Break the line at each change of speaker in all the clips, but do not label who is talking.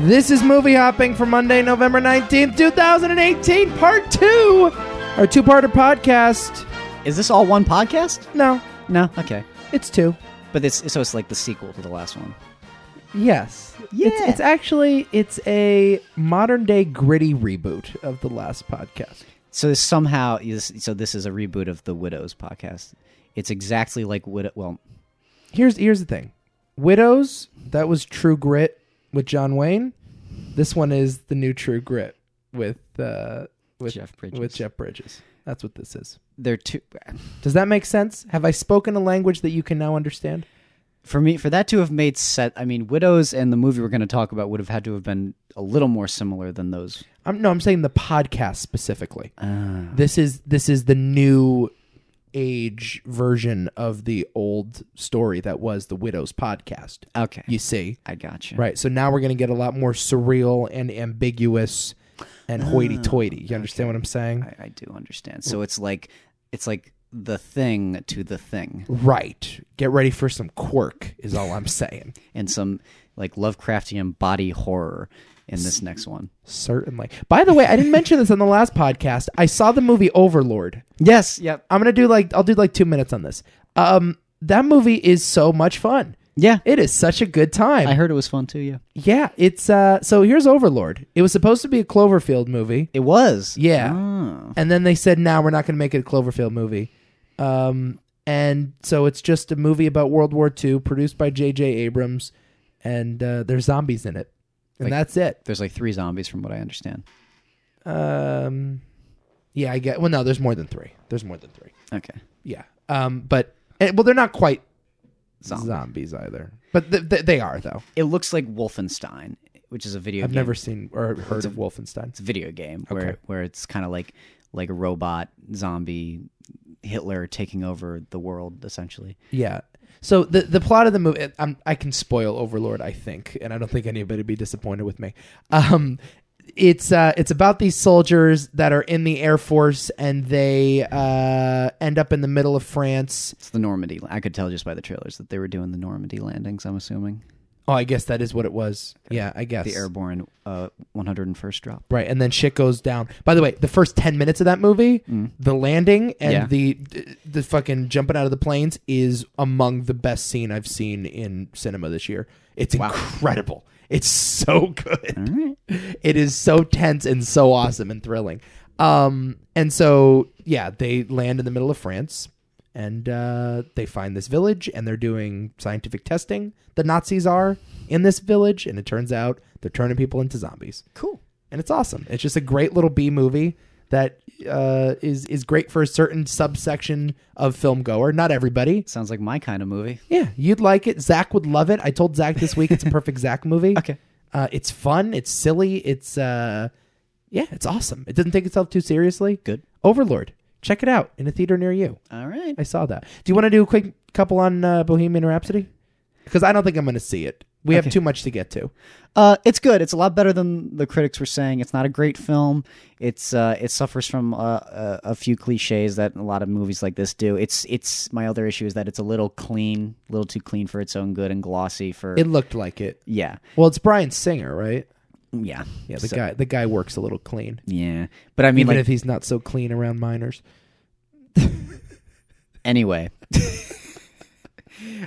This is Movie Hopping for Monday, November 19th, 2018, part two, our two parter podcast.
Is this all one podcast?
No,
No. Okay.
it's two.
But this so it's like the sequel to the last one.
Yes. It's,
Yeah.
it's actually, it's a modern day gritty reboot of the last podcast.
So this somehow is so this is a reboot of the Widows podcast. It's exactly like Widow. Well,
Here's, here's the thing. Widows, that was True Grit with John Wayne. This one is the new True Grit with, uh, with,
Jeff Bridges.
with Jeff Bridges. That's what this is.
they're two.
Does that make sense? Have I spoken a language that you can now understand?
For me, for that to have made set, I mean, Widows and the movie we're going to talk about would have had to have been a little more similar than those.
I'm no, I'm saying the podcast specifically.
Uh,
This is this is the new age version of the old story that was the Widows podcast.
okay,
You see,
I got you.
right? So now we're going to get a lot more surreal and ambiguous and hoity-toity. You understand what I'm saying?
I, I do understand. So it's like it's like the thing to the thing,
Right. Get ready for some quirk is all I'm saying.
and some like Lovecraftian body horror in this next one.
Certainly. By the way, I didn't mention this on the last podcast. I saw the movie Overlord.
Yes. Yep.
I'm gonna do like I'll do like two minutes on this. Um, that movie is so much fun.
Yeah.
It is such a good time.
I heard it was fun too. Yeah,
yeah, it's uh. So here's Overlord. It was supposed to be a Cloverfield movie.
it was.
Yeah,
Oh.
and then they said, "Now we're not gonna make it a Cloverfield movie." Um, and so it's just a movie about World War II, produced by J.J. Abrams, and uh, there's zombies in it, and
Like-
that's it.
There's like three zombies, from what I understand.
Um, yeah, I get. Well, no, there's more than three. There's more than three.
Okay,
Yeah. Um, but eh, well, they're not quite
zombies.
zombies either. But th- th- they are though.
It looks like Wolfenstein, which is a video.
I've
game.
never seen or heard of Wolfenstein.
It's a video game where
Okay.
where it's kind of like like a robot zombie Hitler taking over the world essentially.
Yeah. So the the plot of the movie, eh, I'm, I can spoil Overlord, I think, and I don't think anybody would be disappointed with me. Um, it's uh, it's about these soldiers that are in the air force and they uh, end up in the middle of France.
It's the Normandy. I could tell just by the trailers that they were doing the Normandy landings. I'm assuming
Oh, I guess that is what it was. Yeah, I guess
the airborne uh, 101st drop.
Right, and then shit goes down. By the way, the first ten minutes of that movie, the landing and
Yeah.
the the fucking jumping out of the planes is among the best scene I've seen in cinema this year. It's incredible. It's so good. It is so tense and so awesome and thrilling. Um, and so yeah, they land in the middle of France, and uh, they find this village, and they're doing scientific testing. The Nazis are in this village, and it turns out they're turning people into zombies
Cool.
and it's awesome. It's just a great little B movie that uh, is is great for a certain subsection of film goer. Not everybody.
Sounds like my kind of movie.
Yeah, you'd like it. Zach would love it. I told Zach this week it's a perfect Zach movie.
Okay.
uh, it's fun. It's silly. It's uh, yeah, it's awesome. It doesn't take itself too seriously.
Good.
Overlord, check it out in a theater near you.
All right.
I saw that. Do you want to do a quick couple on uh, Bohemian Rhapsody? Because I don't think I'm going to see it. We have too much to get to.
Uh, it's good. It's a lot better than the critics were saying. It's not a great film. It's uh, it suffers from uh, a, a few cliches that a lot of movies like this do. It's it's my other issue is that it's a little clean, a little too clean for its own good, and glossy for
It looked like it.
yeah,
Well, it's Brian Singer, right?
yeah,
Yeah, the
So-
guy the guy works a little clean.
yeah. But I mean,
Even
like
if he's not so clean around minors.
anyway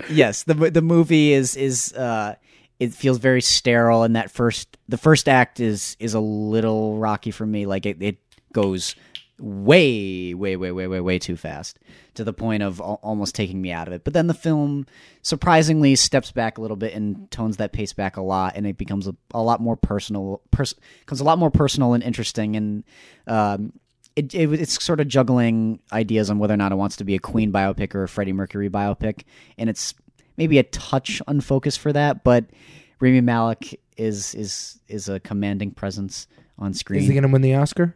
yes the the movie is is uh it feels very sterile and that first the first act is is a little rocky for me like it, it goes way way way way way way too fast to the point of al- almost taking me out of it but then the film surprisingly steps back a little bit and tones that pace back a lot and it becomes a, a lot more personal pers- becomes a lot more personal and interesting and um it, it it's sort of juggling ideas on whether or not it wants to be a Queen biopic or a Freddie Mercury biopic, and it's maybe a touch unfocused for that. But Rami Malik is is is a commanding presence on screen.
Is he gonna win the Oscar?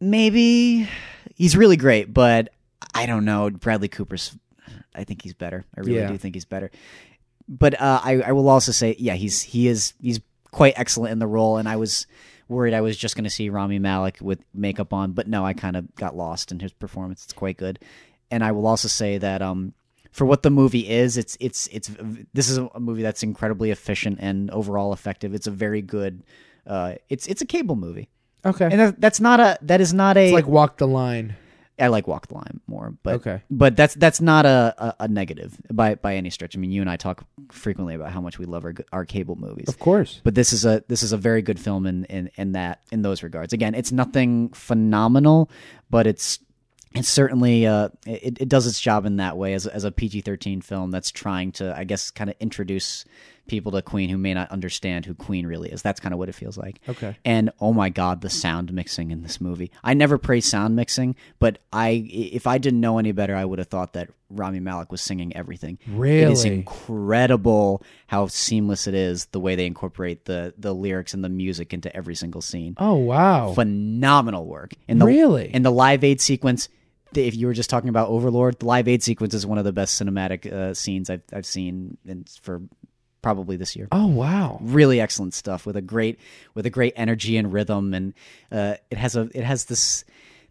maybe he's really great, but I don't know. Bradley Cooper's, I think he's better. I really
Yeah.
do think he's better. But uh, I I will also say, yeah, he's he is he's quite excellent in the role, and I was worried I was just going to see Rami Malik with makeup on, but no, I kind of got lost in his performance. It's quite good, and I will also say that um, for what the movie is, it's it's it's this is a movie that's incredibly efficient and overall effective. It's a very good. Uh, it's it's a cable movie,
Okay.
and that, that's not a that is not a.
it's like walk the line.
I like Walk the Line more, but
Okay.
but that's that's not a, a, a negative by by any stretch. I mean, you and I talk frequently about how much we love our our cable movies,
Of course.
but this is a this is a very good film in in, in that in those regards. Again, it's nothing phenomenal, but it's it's certainly uh it, it does its job in that way as as a PG thirteen film that's trying to I guess kind of introduce people to Queen who may not understand who Queen really is. That's kind of what it feels like.
Okay.
And oh my god, the sound mixing in this movie. I never praise sound mixing, but I if I didn't know any better, I would have thought that Rami Malik was singing everything. It is
Really?
incredible how seamless it is the way they incorporate the the lyrics and the music into every single scene.
Oh wow.
Phenomenal work. And the
Really?
and the Live Aid sequence the- if you were just talking about Overlord, the Live Aid sequence is one of the best cinematic uh, scenes I've I've seen in, for probably this year
Oh wow.
really excellent stuff with a great with a great energy and rhythm and uh, it has a it has this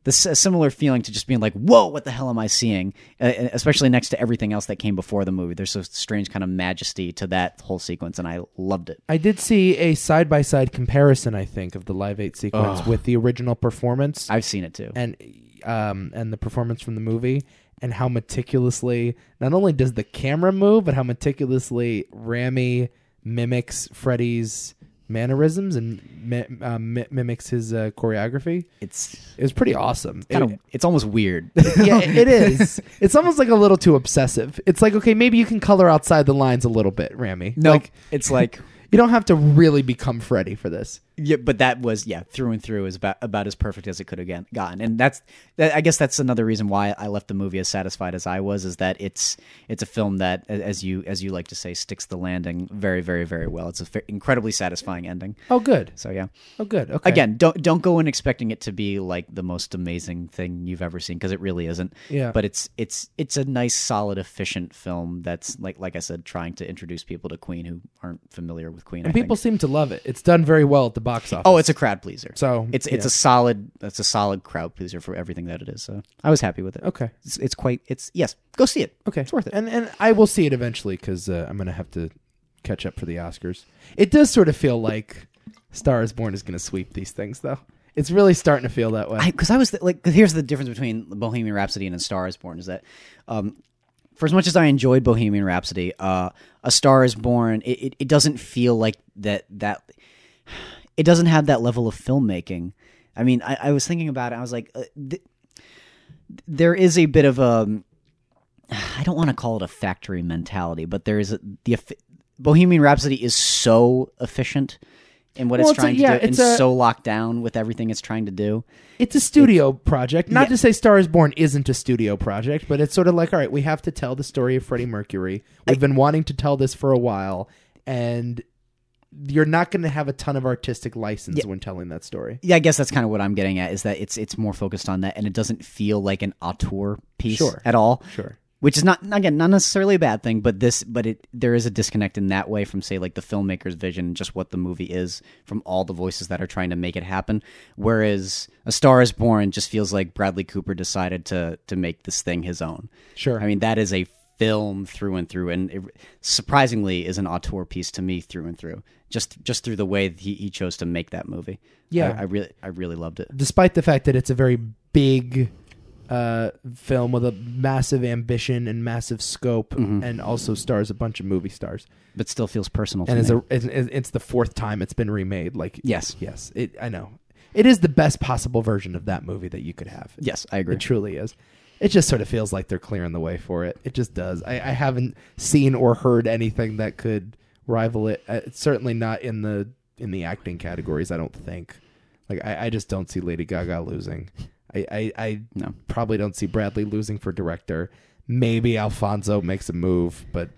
this a similar feeling to just being like whoa what the hell am i seeing uh, especially next to everything else that came before the movie there's a strange kind of majesty to that whole sequence and i loved it
I did see a side by side comparison, I think, of the Live 8 sequence with the original performance
i've seen it too
and um and the performance from the movie and how meticulously not only does the camera move, but how meticulously Rami mimics Freddy's mannerisms and mi- uh, mi- mimics his uh, choreography.
it's
It was pretty awesome. It-
kind of it's almost weird
yeah, it is. It's almost like a little too obsessive. It's like, okay, maybe you can color outside the lines a little bit, Rami.
no
Like,
it's like
you don't have to really become Freddy for this.
Yeah, but that was yeah through and through is about about as perfect as it could have gan- gotten, and that's that, I guess that's another reason why I left the movie as satisfied as I was is that it's it's a film that a- as you as you like to say sticks the landing very very very well. It's an incredibly satisfying ending.
Oh, good.
So yeah,
Oh, good. Okay.
again, don't don't go in expecting it to be like the most amazing thing you've ever seen because it really isn't.
Yeah.
but it's it's it's a nice, solid, efficient film that's like like I said, trying to introduce people to Queen who aren't familiar with Queen. I
and
think.
people seem to love it. It's done very well at the box office.
Oh, it's a crowd pleaser.
so
It's it's a solid it's a solid crowd pleaser for everything that it is. So I was happy with it.
okay.
It's, it's quite it's yes. Go see it.
Okay, it's worth it. And and I will see it eventually because uh, I'm gonna have to catch up for the Oscars. It does sort of feel like Star is Born is gonna sweep these things, though. It's really starting to feel that way.
Because I, was like, 'cause here's the difference between Bohemian Rhapsody and A Star Is Born is that, um, for as much as I enjoyed Bohemian Rhapsody, uh, A Star Is Born it, it, it doesn't feel like that that it doesn't have that level of filmmaking. I mean, I, I was thinking about it. I was like, uh, th- there is a bit of a I don't want to call it a factory mentality, but there is a, the eff- Bohemian Rhapsody is so efficient in what
Well,
it's
it's a-
trying
yeah,
to do and
it's a-
so locked down with everything it's trying to do.
it's a studio project. Not
Yeah.
to say Star is Born isn't a studio project, but it's sort of like, all right, we have to tell the story of Freddie Mercury. We've been wanting to tell this for a while, and you're not going to have a ton of artistic license when telling that story.
yeah, I guess that's kind of what I'm getting at is that it's it's more focused on that, and it doesn't feel like an auteur piece
Sure.
at all.
Sure.
Which is not again not necessarily a bad thing, but this but it there is a disconnect in that way from say like the filmmaker's vision, and just what the movie is, from all the voices that are trying to make it happen. Whereas A Star Is Born just feels like Bradley Cooper decided to to make this thing his own.
Sure.
I mean that is a film through and through, and it surprisingly is an auteur piece to me through and through. Just just through the way that he, he chose to make that movie.
Yeah.
I, I really I really loved it.
despite the fact that it's a very big uh, film with a massive ambition and massive scope, and also stars a bunch of movie stars,
but still feels personal.
and
to
is
me.
a it's, it's the fourth time it's been remade. Like
yes,
yes, it I know it is the best possible version of that movie that you could have.
yes, I agree.
It truly is. It just sort of feels like they're clearing the way for it. It just does. I, I haven't seen or heard anything that could rival it. Uh, it's certainly not in the in the acting categories. I don't think. Like I, I just don't see Lady Gaga losing. I I, I
No.
probably don't see Bradley losing for director. Maybe Alfonso makes a move, but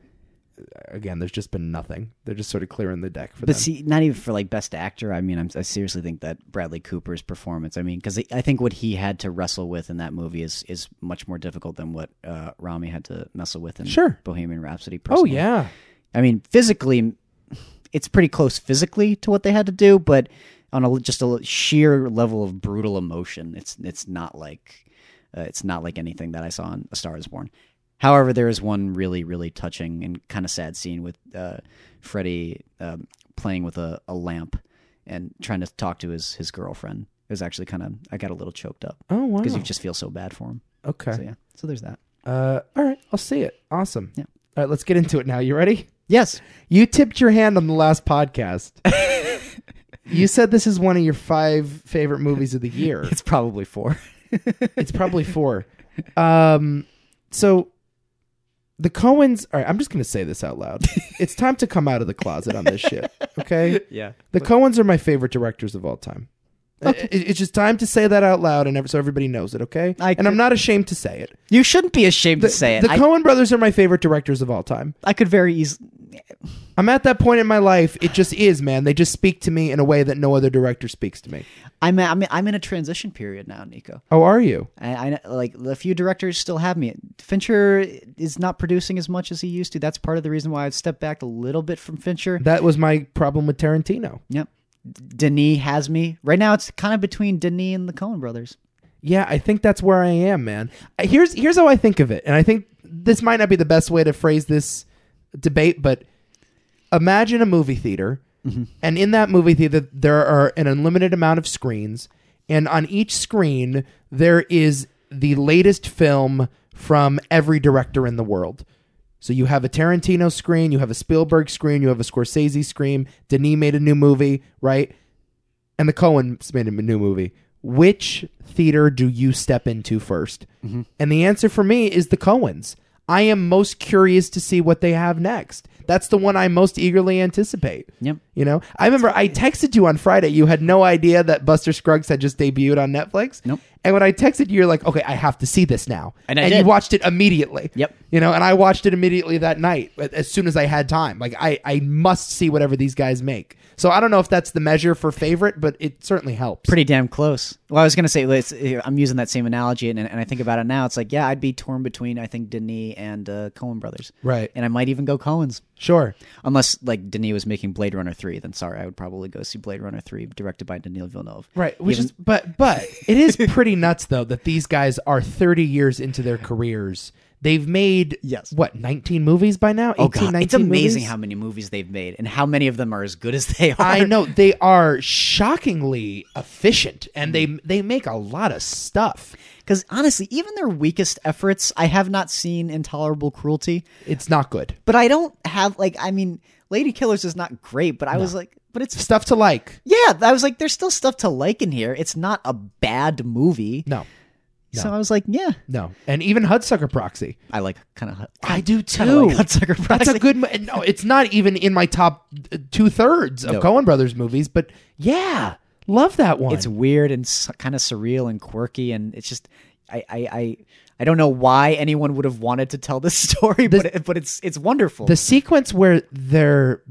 uh, again, there's just been nothing. They're just sort of clearing the deck for them.
But see, not even for like best actor. I mean, I'm, I seriously think that Bradley Cooper's performance. I mean, because I think what he had to wrestle with in that movie is is much more difficult than what uh, Rami had to wrestle with in
Sure.
Bohemian Rhapsody.
oh
Personally.
yeah,
I mean, physically, it's pretty close physically to what they had to do, but on a just a sheer level of brutal emotion, it's it's not like uh, it's not like anything that I saw in A Star Is Born. However, there is one really, really touching and kind of sad scene with uh, Freddy um, playing with a, a lamp and trying to talk to his his girlfriend. It was actually kind of I got a little choked up
Oh wow.
because you just feel so bad for him.
okay.
So yeah, so there's that.
Uh, all right, I'll see it. Awesome.
Yeah.
All right, let's get into it now. You ready?
Yes,
You tipped your hand on the last podcast. you said this is one of your five favorite movies of the year.
it's probably four.
It's probably four. Um, so the Coens. All right, I'm just gonna say this out loud. It's time to come out of the closet on this shit. Okay.
yeah,
The Coens are my favorite directors of all time. Uh, It- it's just time to say that out loud, and ev- so everybody knows it. Okay.
I
and I'm
could-
not ashamed to say it.
you shouldn't be ashamed to say it.
The
I,
Coen brothers are my favorite directors of all time.
I could very easily.
I'm at that point in my life. It just is, man. They just speak to me in a way that no other director speaks to me.
I'm a, I'm a, I'm in a transition period now, Nico.
Oh, are you?
I, I like a few directors still have me. Fincher is not producing as much as he used to. That's part of the reason why I've stepped back a little bit from Fincher.
That was my problem with Tarantino.
Yep. Denis has me. Right now it's kind of between Denis and the Coen brothers.
Yeah, I think that's where I am, man. Uh, Here's here's how I think of it, and I think this might not be the best way to phrase this debate, but imagine a movie theater, and in that movie theater there are an unlimited amount of screens, and on each screen there is the latest film from every director in the world. So you have a Tarantino screen, you have a Spielberg screen, you have a Scorsese screen. Denis made a new movie, right? and the Coens made a new movie. Which theater do you step into 1st
Mm-hmm.
And the answer for me is the Coens. I am most curious to see what they have next. That's the one I most eagerly anticipate.
Yep.
You know, I remember I texted you on Friday. You had no idea that Buster Scruggs had just debuted on Netflix.
Nope.
And when I texted you, you're like, okay, I have to see this now.
And I
you
did.
watched it immediately.
Yep.
You know, and I watched it immediately that night a- as soon as I had time. Like, I, I must see whatever these guys make. So I don't know if that's the measure for favorite, but it certainly helps.
Pretty damn close. Well, I was gonna say let's- I'm using that same analogy, and, and I think about it now. It's like yeah, I'd be torn between I think Denis and uh, Coen brothers,
Right.
and I might even go Coens.
Sure.
Unless like Denis was making Blade Runner three, then sorry, I would probably go see Blade Runner three, directed by Denis Villeneuve.
Right. Which
Even-
is, but, but it is pretty nuts, though, that these guys are 30 years into their careers. They've made,
Yes.
what, 19 movies by now? 18,
Oh god, it's
19
amazing
movies?
how many movies they've made and how many of them are as good as they are.
I know they are shockingly efficient, and
Mm.
they they make a lot of stuff.
Because honestly, even their weakest efforts, I have not seen Intolerable Cruelty.
It's not good
But I don't have like I mean, Lady Killers is not great, but I was like, but it's
stuff to like.
yeah, I was like, there's still stuff to like in here. It's not a bad movie.
No,
So I was like, yeah,
no, and even Hudsucker Proxy.
I like kind of
I do
kind
too.
of like Hudsucker
That's
Proxy.
a good. mo- No, it's not even in my top two thirds of
No.
Cohen Brothers movies, but yeah, love that one.
it's weird and s kind of surreal and quirky and it's just I, I I I don't know why anyone would have wanted to tell this story, but it, but it's it's wonderful.
the sequence where they're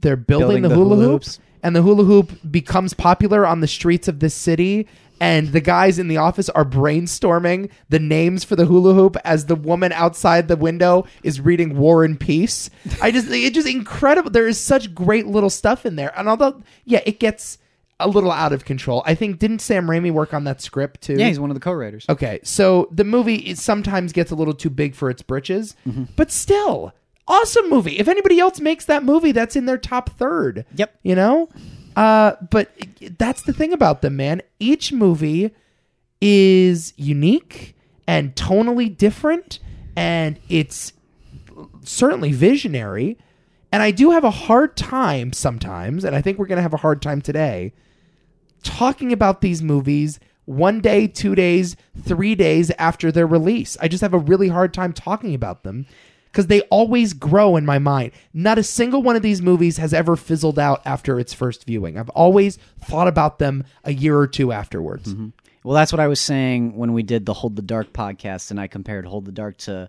they're building,
Building
the,
the
hula
hula
hoop
hoops.
and the hula hoop becomes popular on the streets of this city and the guys in the office are brainstorming the names for the hula hoop as the woman outside the window is reading War and Peace. I just it just incredible. There is such great little stuff in there. And although yeah, it gets a little out of control. I think didn't Sam Raimi work on that script too?
yeah, he's one of the co-writers.
Okay, so the movie is sometimes gets a little too big for its britches, but still, awesome movie. If anybody else makes that movie, that's in their top third.
Yep.
You know? Uh, but that's the thing about them, man. Each movie is unique and tonally different, and it's certainly visionary. And I do have a hard time sometimes, and I think we're going to have a hard time today talking about these movies one day, two days, three days after their release. I just have a really hard time talking about them because they always grow in my mind. Not a single one of these movies has ever fizzled out after its first viewing. I've always thought about them a year or two afterwards.
Well, that's what I was saying when we did the Hold the Dark podcast, and I compared Hold the Dark to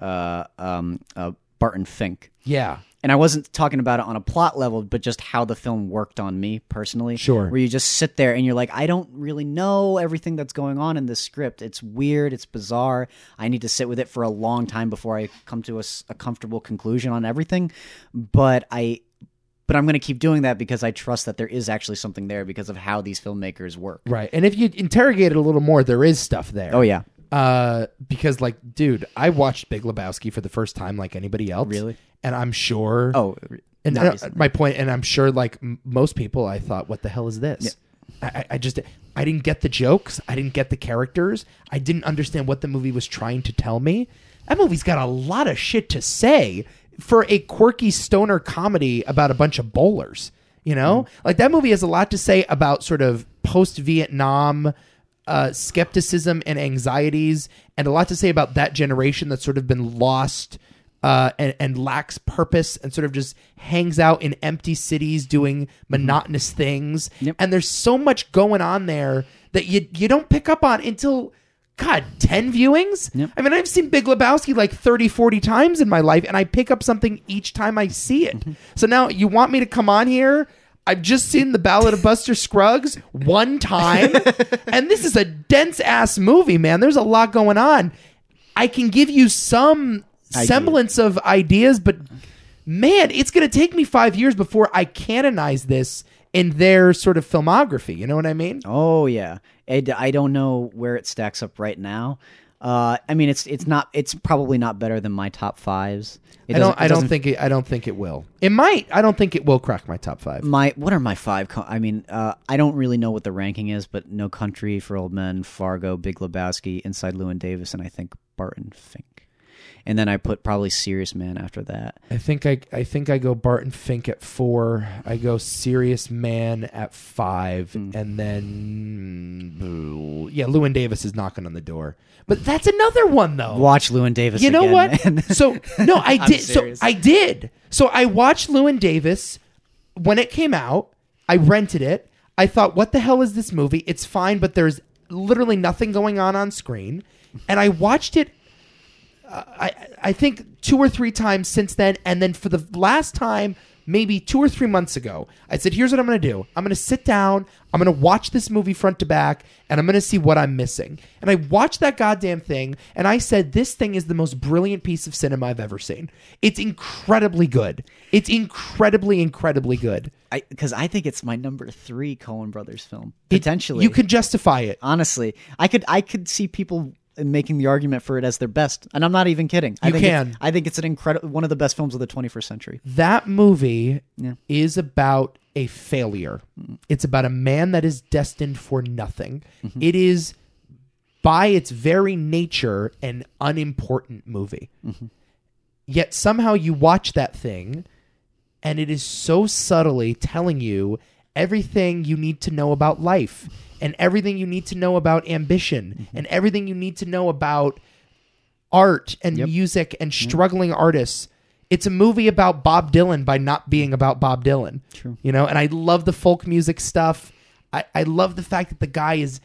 uh, um, uh, Barton Fink.
Yeah.
And I wasn't talking about it on a plot level, but just how the film worked on me personally.
Sure.
Where you just sit there and you're like, I don't really know everything that's going on in this script. It's weird. It's bizarre. I need to sit with it for a long time before I come to a, s- a comfortable conclusion on everything. But I. But I'm going to keep doing that because I trust that there is actually something there because of how these filmmakers work.
Right. And if you interrogate it a little more, there is stuff there.
Oh yeah,
Uh, because like, dude, I watched Big Lebowski for the first time, like anybody else.
Really?
And I'm sure.
Oh,
and
not
uh,
recently.
my point, and I'm sure like m- most people, I thought, what the hell is this? I, I- I just I didn't get the jokes. I didn't get the characters. I didn't understand what the movie was trying to tell me. That movie's got a lot of shit to say for a quirky stoner comedy about a bunch of bowlers. You know,
Mm.
like that movie has a lot to say about sort of post Vietnam uh, skepticism and anxieties, and a lot to say about that generation that's sort of been lost uh, and, and lacks purpose and sort of just hangs out in empty cities doing monotonous things. And there's so much going on there that you you don't pick up on until God, 10 viewings? I mean, I've seen Big Lebowski like 30, 40 times in my life, and I pick up something each time I see it. So now you want me to come on here? I've just seen The Ballad of Buster Scruggs one time, and this is a dense ass movie, man. There's a lot going on. I can give you some semblance of ideas, but man, it's going to take me five years before I canonize this in their sort of filmography. You know what I mean?
Oh yeah, I, d- I don't know where it stacks up right now. Uh, I mean, it's it's not it's probably not better than my top fives. It
I
doesn't-
don't.
it
I don't
doesn't-
think it. I don't think it will. It might. I don't think it will crack my top five.
my what are my five. Co- I mean, uh, I don't really know what the ranking is, but No Country for Old Men, Fargo, Big Lebowski, Inside Llewyn Davis, and I think Barton Fink. And then I put probably Serious Man after that.
I think I. I think I go Barton Fink at four. I go Serious Man at five, and then mm, yeah, Lewin Davis is knocking on the door. But that's another one though.
Watch Llewyn Davis.
You know
again,
what?
man.
So no, I did. So
serious.
I did. So I watched Lewin Davis when it came out. I rented it. I thought, what the hell is this movie? It's fine, but there's literally nothing going on on screen. And I watched it. uh, I I think two or three times since then, and then for the last time. Maybe two or three months ago, I said, Here's what I'm going to do. I'm going to sit down. I'm going to watch this movie front to back, and I'm going to see what I'm missing. And I watched that goddamn thing, and I said, This thing is the most brilliant piece of cinema I've ever seen. It's incredibly good. It's incredibly, incredibly good.
because I, think it's my number three Cohen Brothers film potentially.
You can justify it.
honestly, I could I could see people making the argument for it as their best, and I'm not even kidding. I
You
think it's-
can.
I think it's an incredible one of the best films of the 21st century.
That movie
Yeah.
is about a failure. It's about a man that is destined for nothing. It is, by its very nature, an unimportant movie. Yet somehow you watch that thing, and it is so subtly telling you everything you need to know about life, and everything you need to know about ambition, and everything you need to know about art and music and struggling artists. It's a movie about Bob Dylan by not being about Bob Dylan. True. You know, and I love the folk music stuff. I, I love the fact that the guy is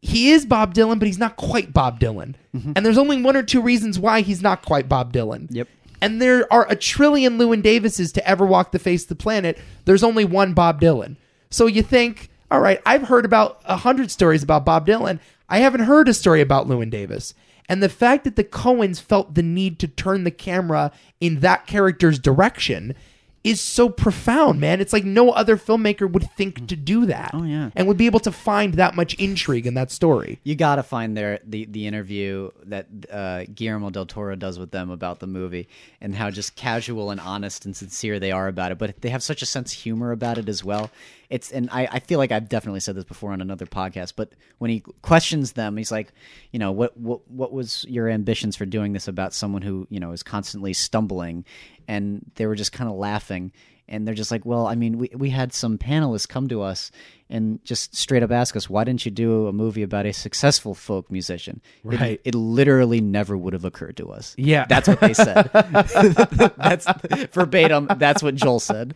he is Bob Dylan, but he's not quite Bob Dylan. And there's only one or two reasons why he's not quite Bob Dylan.
Yep.
And there are a trillion Lewin Davises to ever walk the face of the planet. There's only one Bob Dylan. So you think, all right, I've heard about a hundred stories about Bob Dylan. I haven't heard a story about Lewin Davis. And the fact that the Coens felt the need to turn the camera in that character's direction is so profound, man. It's like no other filmmaker would think to do that. Oh
yeah.
and would be able to find that much intrigue in that story.
You gotta find their the the interview that uh, Guillermo del Toro does with them about the movie and how just casual and honest and sincere they are about it, but they have such a sense of humor about it as well. It's and I, I feel like I've definitely said this before on another podcast, but when he questions them, he's like, you know, what what what was your ambitions for doing this about someone who you know is constantly stumbling, and they were just kind of laughing and they're just like, well, I mean, we, we had some panelists come to us and just straight up ask us, why didn't you do a movie about a successful folk musician? It-
Right.
It, literally never would have occurred to us.
Yeah.
That's what they said. that's verbatim. That's what Joel said.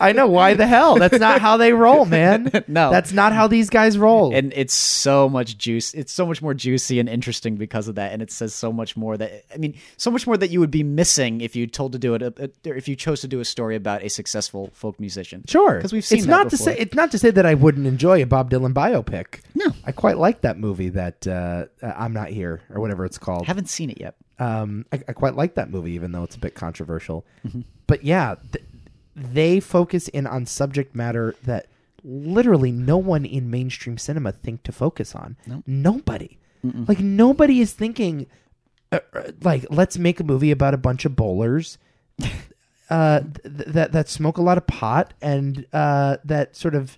I know why the hell. That's not how they roll, man.
No.
that's not how these guys roll.
And it's so much juice. It's so much more juicy and interesting because of that. And it says so much more that, I mean, so much more that you would be missing if you told to do it, uh, uh, or if you chose to do a story about a successful folk musician.
sure,
Because we've seen
it's
that
not
before.
to say it's not to say that I wouldn't enjoy a Bob Dylan biopic.
No.
I quite like that movie that uh, uh, I'm not here or whatever it's called.
haven't seen it yet.
um, I, I quite like that movie, even though it's a bit
Mm-hmm.
controversial. But yeah, th- they focus in on subject matter that literally no one in mainstream cinema think to focus on. Nobody. Like nobody is thinking uh, uh, like let's make a movie about a bunch of bowlers uh, th- that that smoke a lot of pot and uh, that sort of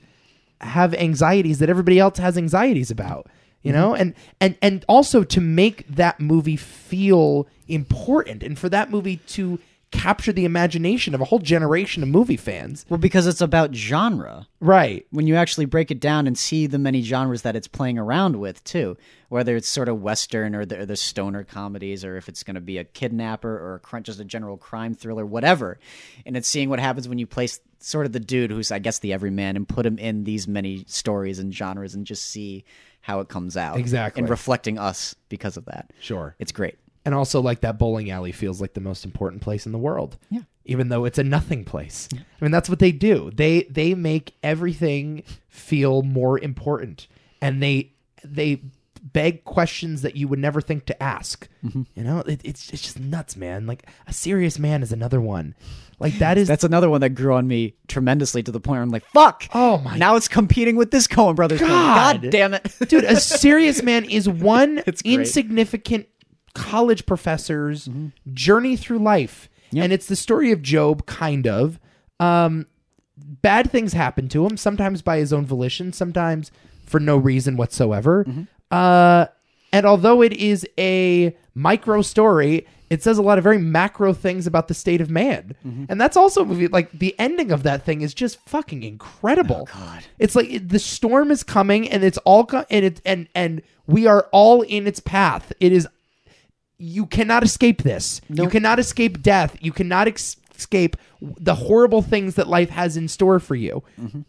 have anxieties that everybody else has anxieties about you know and and and also to make that movie feel important and for that movie to capture the imagination of a whole generation of movie fans
Well, because it's about genre.
right
When you actually break it down and see the many genres that it's playing around with, too, whether it's sort of Western or the, or the stoner comedies, or if it's going to be a kidnapper or a crunch, just a general crime thriller, whatever. And it's seeing what happens when you place sort of the dude who's, I guess, the everyman and put him in these many stories and genres and just see how it comes out.
Exactly.
And reflecting us because of that.
sure
It's great.
and also like that bowling alley feels like the most important place in the world.
Yeah.
Even though it's a nothing place. I mean that's what they do. They they make everything feel more important and they they beg questions that you would never think to ask.
Mm-hmm.
You know, it, it's it's just nuts, man. Like a serious man is another one. Like that is
That's another one that grew on me tremendously to the point where I'm like, fuck.
Oh my-
Now it's competing with this Coen Brothers film.
God.
God damn it.
dude a serious man is one
It's great. Mm-hmm.
insignificant college professor's journey through life and it's the story of job kind of um, bad things happen to him sometimes by his own volition sometimes for no reason whatsoever
Mm-hmm.
uh, and although it is a micro story it says a lot of very macro things about the state of man and that's also a movie like the ending of that thing is just fucking incredible
God.
it's like it- the storm is coming, and it's all co- and it and and we are all in its path. It is you cannot escape this. You cannot escape death. You cannot ex- escape the horrible things that life has in store for you.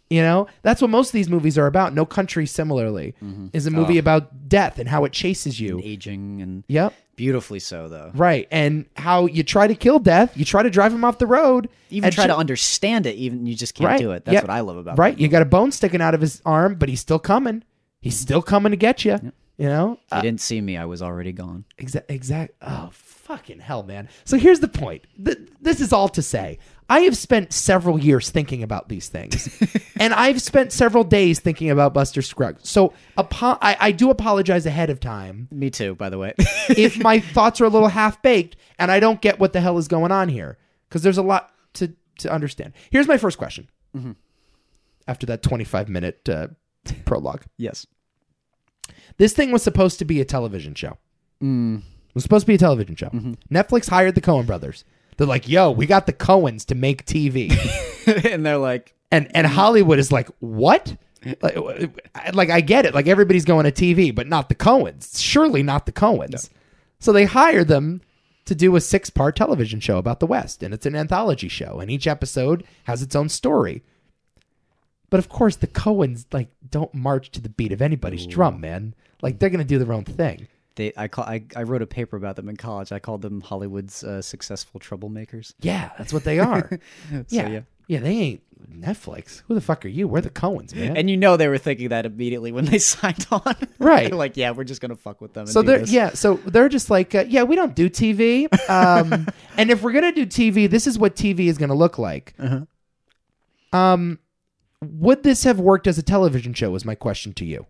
You know that's what most of these movies are about. No Country, similarly, is a movie about death and how it chases you.
Aging and
Yep.
beautifully so, though.
Right, and how you try to kill death, you try to drive him off the road,
Even
and
try
she-
to understand it, even you just can't do it. That's
yeah.
what I love about
Right. You got a bone sticking out of his arm, but he's still coming. He's still coming to get you. You know?
it. You didn't see me. I was already gone.
Exact. Exact. Oh, fucking hell, man. So here's the point. Th- this is all to say. I have spent several years thinking about these things, and I've spent several days thinking about Buster Scruggs. So apo- I, I do apologize ahead of time
Me too, by the way.
if my thoughts are a little half baked and I don't get what the hell is going on here, because there's a lot to to understand. Here's my first question. After that 25 minute uh, prologue,
yes.
this thing was supposed to be a television show. It was supposed to be a television show. Netflix hired the Coen brothers. They're like, "Yo, we got the Coens to make TV."
and they're like,
and and Hollywood is like, what? Like, I- like, I get it. Like everybody's going to TV, but not the Cohens. Surely not the Cohens. So they hire them to do a six part television show about the West, and it's an anthology show, and each episode has its own story. But of course, the Cohens like don't march to the beat of anybody's drum, man. Like they're gonna do their own thing.
they, I, call, I, I wrote a paper about them in college. I called them Hollywood's uh, successful troublemakers.
Yeah, that's what they are. yeah. yeah,
yeah.
they ain't Netflix. Who the fuck are you? We're the Cohens, man.
And you know they were thinking that immediately when they signed on.
Right.
They're like, yeah, we're just going to fuck with them. And
So
do
they're
this.
yeah, so they're just like uh, yeah, we don't do TV, um, and if we're gonna do TV, this is what TV is gonna look like. Um, Uh-huh. would this have worked as a television show? Is my question to you?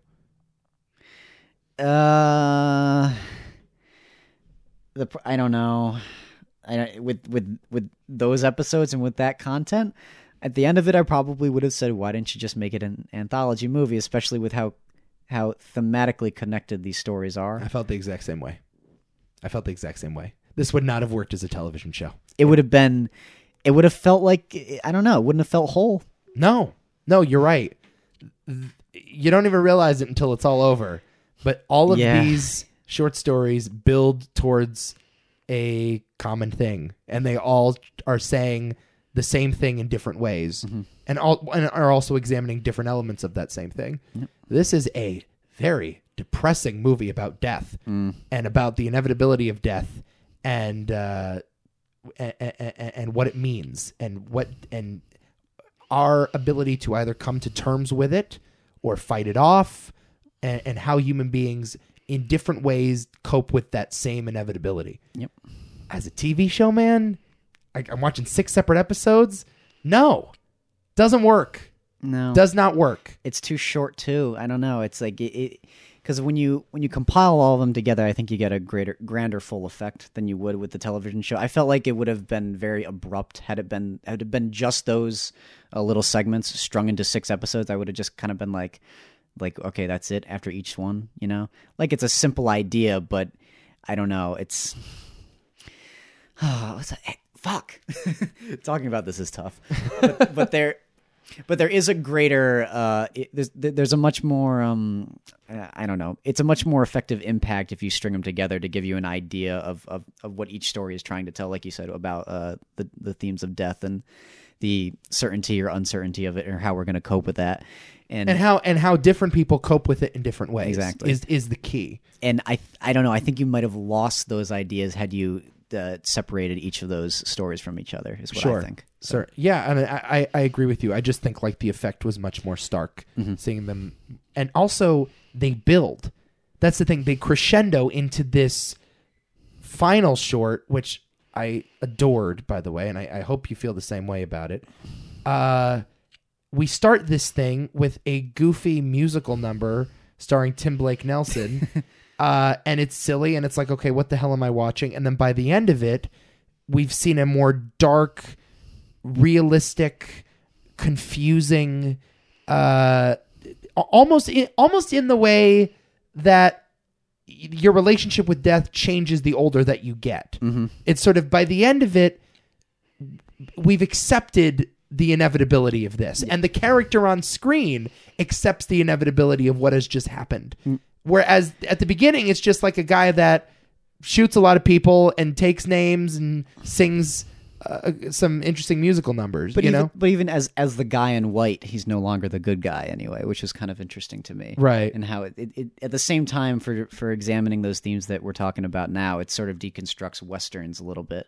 Uh, the pr- I don't know. I don't, with with with those episodes and with that content, at the end of it, I probably would have said, "Why didn't you just make it an anthology movie?" Especially with how how thematically connected these stories are.
I felt the exact same way. I felt the exact same way. This would not have worked as a television show.
It would have been, it would have felt like I don't know. It wouldn't have felt whole.
No, no, you're right. Th- You don't even realize it until it's all over. But all of
Yeah.
these short stories build towards a common thing, and they all are saying the same thing in different ways, and all and are also examining different elements of that same thing. This is a very depressing movie about death and about the inevitability of death and uh, and, and what it means and what and our ability to either come to terms with it or fight it off and, and how human beings in different ways cope with that same inevitability
Yep.
as a tv show man I, i'm watching six separate episodes no doesn't work
No,
Does not work.
it's too short too. I don't know. It's like it because when you when you compile all of them together, I think you get a greater, grander, full effect than you would with the television show. I felt like it would have been very abrupt had it been had it been just those uh, little segments strung into six episodes. I would have just kind of been like, like okay, that's it after each one. You know, like it's a simple idea, but I don't know. It's oh, what's that? fuck. Talking about this is tough, but, but there, but there is a greater. Uh, it, there's there's a much more. Um, uh, I don't know. It's a much more effective impact if you string them together to give you an idea of of, of what each story is trying to tell. Like you said about uh, the the themes of death and the certainty or uncertainty of it, or how we're going to cope with that. And,
And how and how different people cope with it in different ways
Exactly.
is is the key.
and I I don't know. I think you might have lost those ideas had you uh, separated each of those stories from each other. Is what I think.
Sure. Yeah, and I, I I agree with you. I just think like the effect was much more stark seeing them, and also they build. That's the thing. They crescendo into this final short, which I adored, by the way, and I, I hope you feel the same way about it. Uh, we start this thing with a goofy musical number starring Tim Blake Nelson. Uh, and it's silly, and it's like, okay, what the hell am I watching? And then by the end of it, we've seen a more dark, realistic, confusing, uh, almost in, almost in the way that y- your relationship with death changes the older that you get. It's sort of by the end of it, we've accepted the inevitability of this, and the character on screen accepts the inevitability of what has just happened. Whereas at the beginning, it's just like a guy that shoots a lot of people and takes names and sings uh, some interesting musical numbers.
But
you
even,
know,
but even as as the guy in white, he's no longer the good guy anyway, which is kind of interesting to me,
Right.
And how it, it, it at the same time for for examining those themes that we're talking about now, it sort of deconstructs westerns a little bit,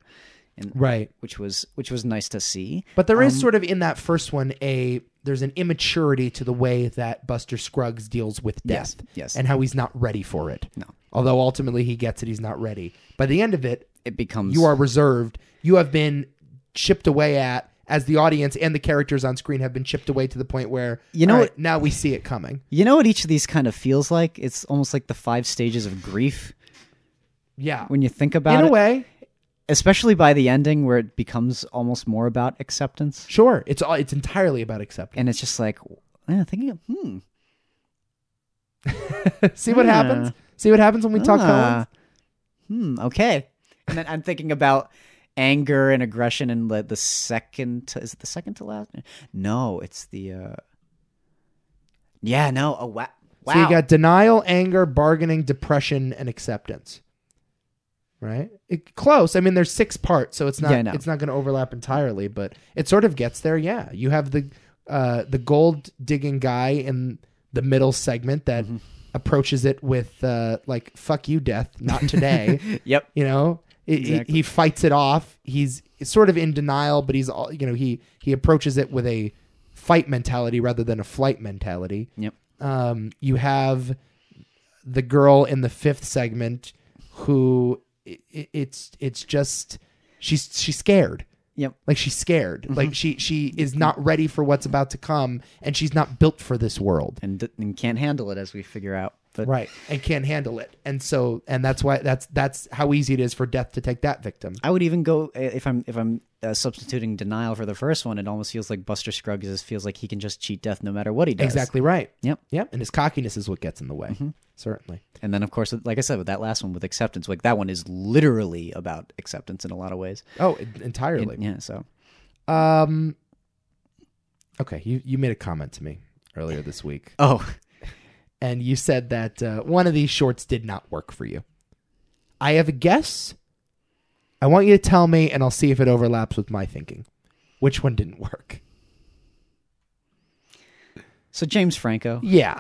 and
right?
which was which was nice to see.
But there is sort of in that first one a there's an immaturity to the way that Buster Scruggs deals with
Yes,
death,
yes.
and how he's not ready for it.
No.
although ultimately he gets it, he's not ready. By the end of it,
It becomes
you are reserved. You have been chipped away at as the audience and the characters on screen have been chipped away to the point where
You know
all
what-
right, now we see it coming.
you know what each of these kind of feels like. It's almost like the five stages of grief
Yeah,
when you think about
in
it,
a way,
especially by the ending where it becomes almost more about acceptance,
sure. It's all it's entirely about acceptance.
and it's just like yeah, thinking, of, hmm,
see what
Ah.
happens. See what happens when we talk.
Ah.
Cohen's?
Hmm. Okay. And then I'm thinking about anger and aggression and the, the second. To, is it the second to last? No, it's the. uh Yeah. No. Oh wow. Wow.
So you got denial, anger, bargaining, depression, and acceptance. Right? It, close. I mean, there's six parts, so it's not
Yeah, I know.
it's not going to overlap entirely, but it sort of gets there. Yeah, you have the uh, the gold digging guy in the middle segment that
Mm-hmm.
approaches it with uh, like "fuck you, death, not today."
yep.
you know He- he-
Exactly.
he, fights it off he's sort of in denial but he's all you know he he approaches it with a fight mentality rather than a flight mentality
Yep.
um you have the girl in the fifth segment who i i- it's it's just she's she's scared
Yep.
like she's scared
Mm-hmm.
like she she is not ready for what's about to come and she's not built for this world
And d- and can't handle it as we figure out. But
right and can't handle it and so and that's why that's that's how easy it is for death to take that victim
I would even go if I'm if I'm uh, substituting denial for the first one. It almost feels like Buster Scruggs is, feels like he can just cheat death no matter what he does.
Exactly right.
Yep.
Yep. And his cockiness is what gets in the way. Certainly.
And then, of course, like I said, with that last one with acceptance, like that one is literally about acceptance in a lot of ways.
Oh, en- entirely.
Yeah. So
Um. Okay, you you made a comment to me earlier this week,
oh.
and you said that uh, one of these shorts did not work for you. I have a guess. I want you to tell me, and I'll see if it overlaps with my thinking. Which one didn't work?
So James Franco.
Yeah.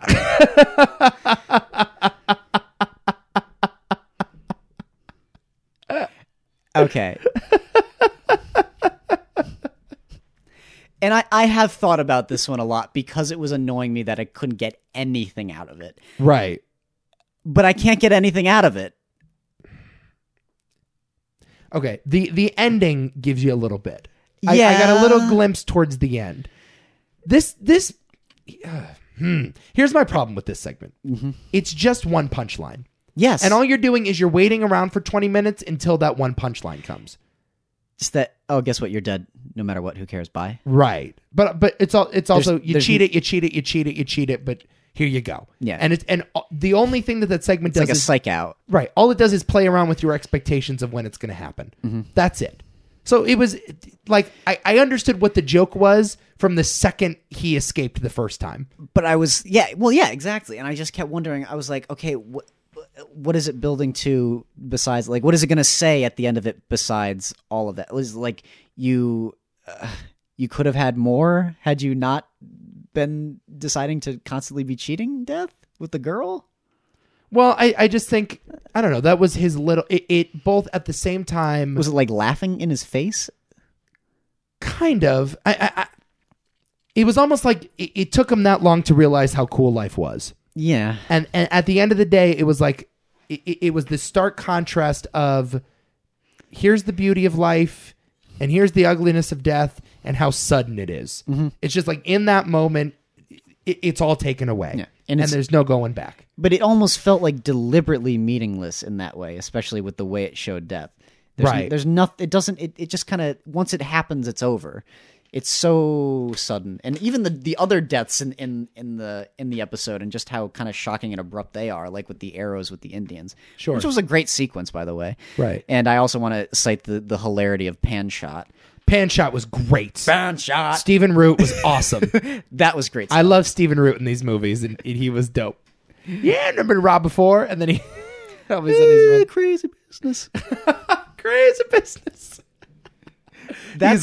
Okay. and I, I have thought about this one a lot because it was annoying me that I couldn't get anything out of it.
right.
But I can't get anything out of it.
Okay. The the ending gives you a little bit. I, I got a little
Yeah.
glimpse towards the end. This this uh, hmm. Here's my problem with this segment.
Mm-hmm.
It's just one punchline.
Yes,
And all you're doing is you're waiting around for 20 minutes until that one punchline comes.
it's that. Oh, guess what? You're dead. No matter what, who cares? Bye.
Right. But but it's all it's also you
there's-
cheat it, you cheat it, you cheat it, you cheat it, but here you go.
Yeah.
And it's and uh, the only thing that that segment
It's
does
like a
is
psych out.
right. All it does is play around with your expectations of when it's going to happen. That's it. So it was like I, I understood what the joke was from the second he escaped the first time.
but I was yeah, well yeah, exactly. And I just kept wondering. I was like, okay, what what is it building to besides like what is it going to say at the end of it besides all of that? It was like you uh, you could have had more had you not been deciding to constantly be cheating death with the girl?
Well, I, I just think I don't know. That was his little it, it both at the same time
Was it like laughing in his face?
kind of I, I, I it was almost like it, it took him that long to realize how cool life was
Yeah.
and, and at the end of the day it was like it, it- it was the stark contrast of here's the beauty of life and here's the ugliness of death and how sudden it is. it's just like in that moment it, it's all taken away
Yeah.
and,
And it's-
there's no going back
But it almost felt like deliberately meaningless in that way, especially with the way it showed death. There's
Right.
there's nothing. It doesn't. It, it just kind of once it happens, it's over. It's so sudden, and even the the other deaths in in in the in the episode, and just how kind of shocking and abrupt they are, like with the arrows with the Indians.
Sure.
which was a great sequence, by the way.
Right.
And I also want to cite the the hilarity of Pan Shot.
pan shot was great
Pan Shot.
stephen root was awesome
That was great.
I love Stephen Root in these movies, and, and he was dope. Yeah, I've never been robbed before, and then he all of a sudden he's
Eh,
really
crazy business.
crazy business.
That's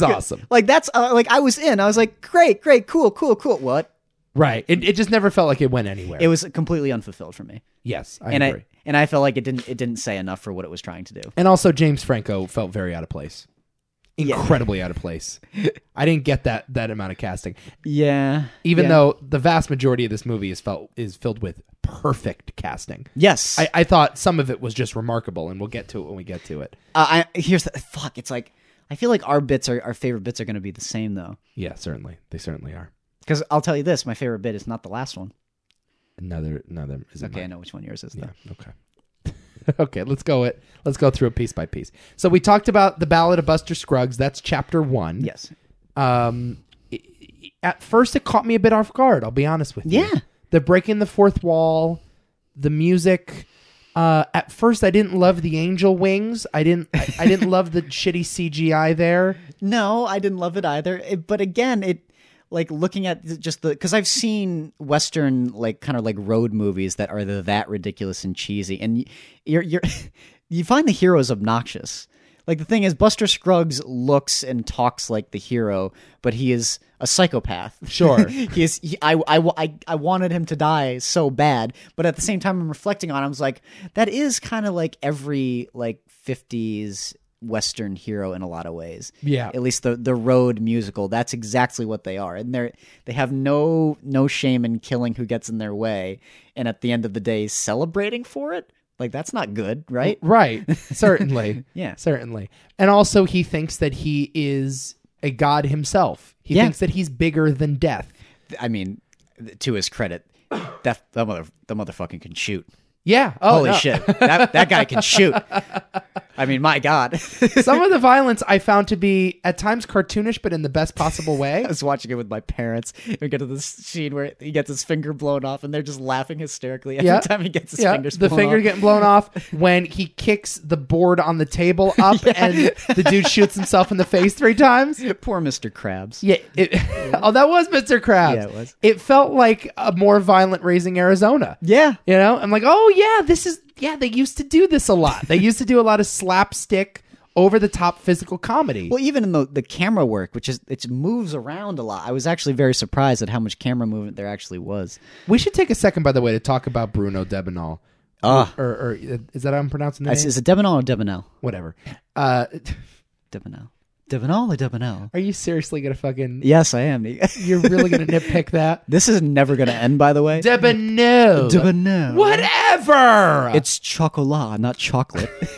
He's
good.
awesome.
Like that's uh, like I was in. I was like, great, great, cool, cool, cool. What?
Right. It, it just never felt like it went anywhere.
It was completely unfulfilled for me,
yes, I
and
agree.
I and I felt like it didn't it didn't say enough for what it was trying to do.
and also, James Franco felt very out of place. Incredibly out of place. I didn't get that that amount of casting,
Yeah,
even though the vast majority of this movie is felt is filled with perfect casting.
yes,
I,
I,
I thought some of it was just remarkable, and we'll get to it when we get to it.
uh, I here's the fuck. It's like I feel like our bits are our favorite bits are going to be the same though,
Yeah, certainly, they certainly are.
because I'll tell you this: my favorite bit is not the last one.
Another another is
Okay, I know which one yours is though.
Okay. okay, let's go it. Let's go through it piece by piece. So we talked about the Ballad of Buster Scruggs. That's chapter one.
Yes,
Um, i- i- at first, it caught me a bit off guard. I'll be honest with you.
Yeah.
The breaking the fourth wall, the music. Uh, at first, I didn't love the angel wings. I didn't. I, I didn't love the shitty CGI there.
No, I didn't love it either. It- but again, it like looking at th- just the because I've seen Western like kind of like road movies that are the, that ridiculous and cheesy, and y- you're you're you find the heroes obnoxious. Like the thing is, Buster Scruggs looks and talks like the hero, but he is a psychopath.
Sure.
he is. He, I, I, I, I wanted him to die so bad, but at the same time, I'm reflecting on. it, I was like, that is kind of like every like 50s western hero in a lot of ways
Yeah.
at least the the road musical that's exactly what they are and they're they have no no shame in killing who gets in their way and at the end of the day celebrating for it like that's not good right
Right. Certainly.
Yeah.
Certainly. And also, he thinks that he is a god himself. He
Yeah.
thinks that he's bigger than death.
i mean th- to his credit that that mother the motherfucking can shoot
Yeah. Oh,
holy
no.
shit that that guy can shoot i mean my god
Some of the violence I found to be at times cartoonish, but in the best possible way.
I was watching it with my parents. We get to this scene where he gets his finger blown off, and they're just laughing hysterically every
Yeah.
time he gets his
yeah,
fingers
the
blown
finger
off.
getting blown off when he kicks the board on the table up, and the dude shoots himself in the face three times.
Poor Mr. Krabs.
Yeah, it, oh, that was Mr. Krabs.
Yeah, it was.
It felt like a more violent raising Arizona.
Yeah.
You know, I'm like, oh yeah, this is yeah. They used to do this a lot. They used to do a lot of slapstick, over the top physical comedy.
Well, even in the the camera work, which is it moves around a lot. I was actually very surprised at how much camera movement there actually was.
we should take a second, by the way, to talk about Bruno Debonol.
Ah,
Or, or is that how I'm pronouncing the
is,
name?
is it Debonell or Debonell?
Whatever. Uh,
Debonell. Debonell or Debonell?
are you seriously gonna fucking?
Yes, I am.
You're really gonna nitpick that?
this is never going to end, by the way.
Debonel.
Debonell.
Whatever.
It's chocolat, not chocolate.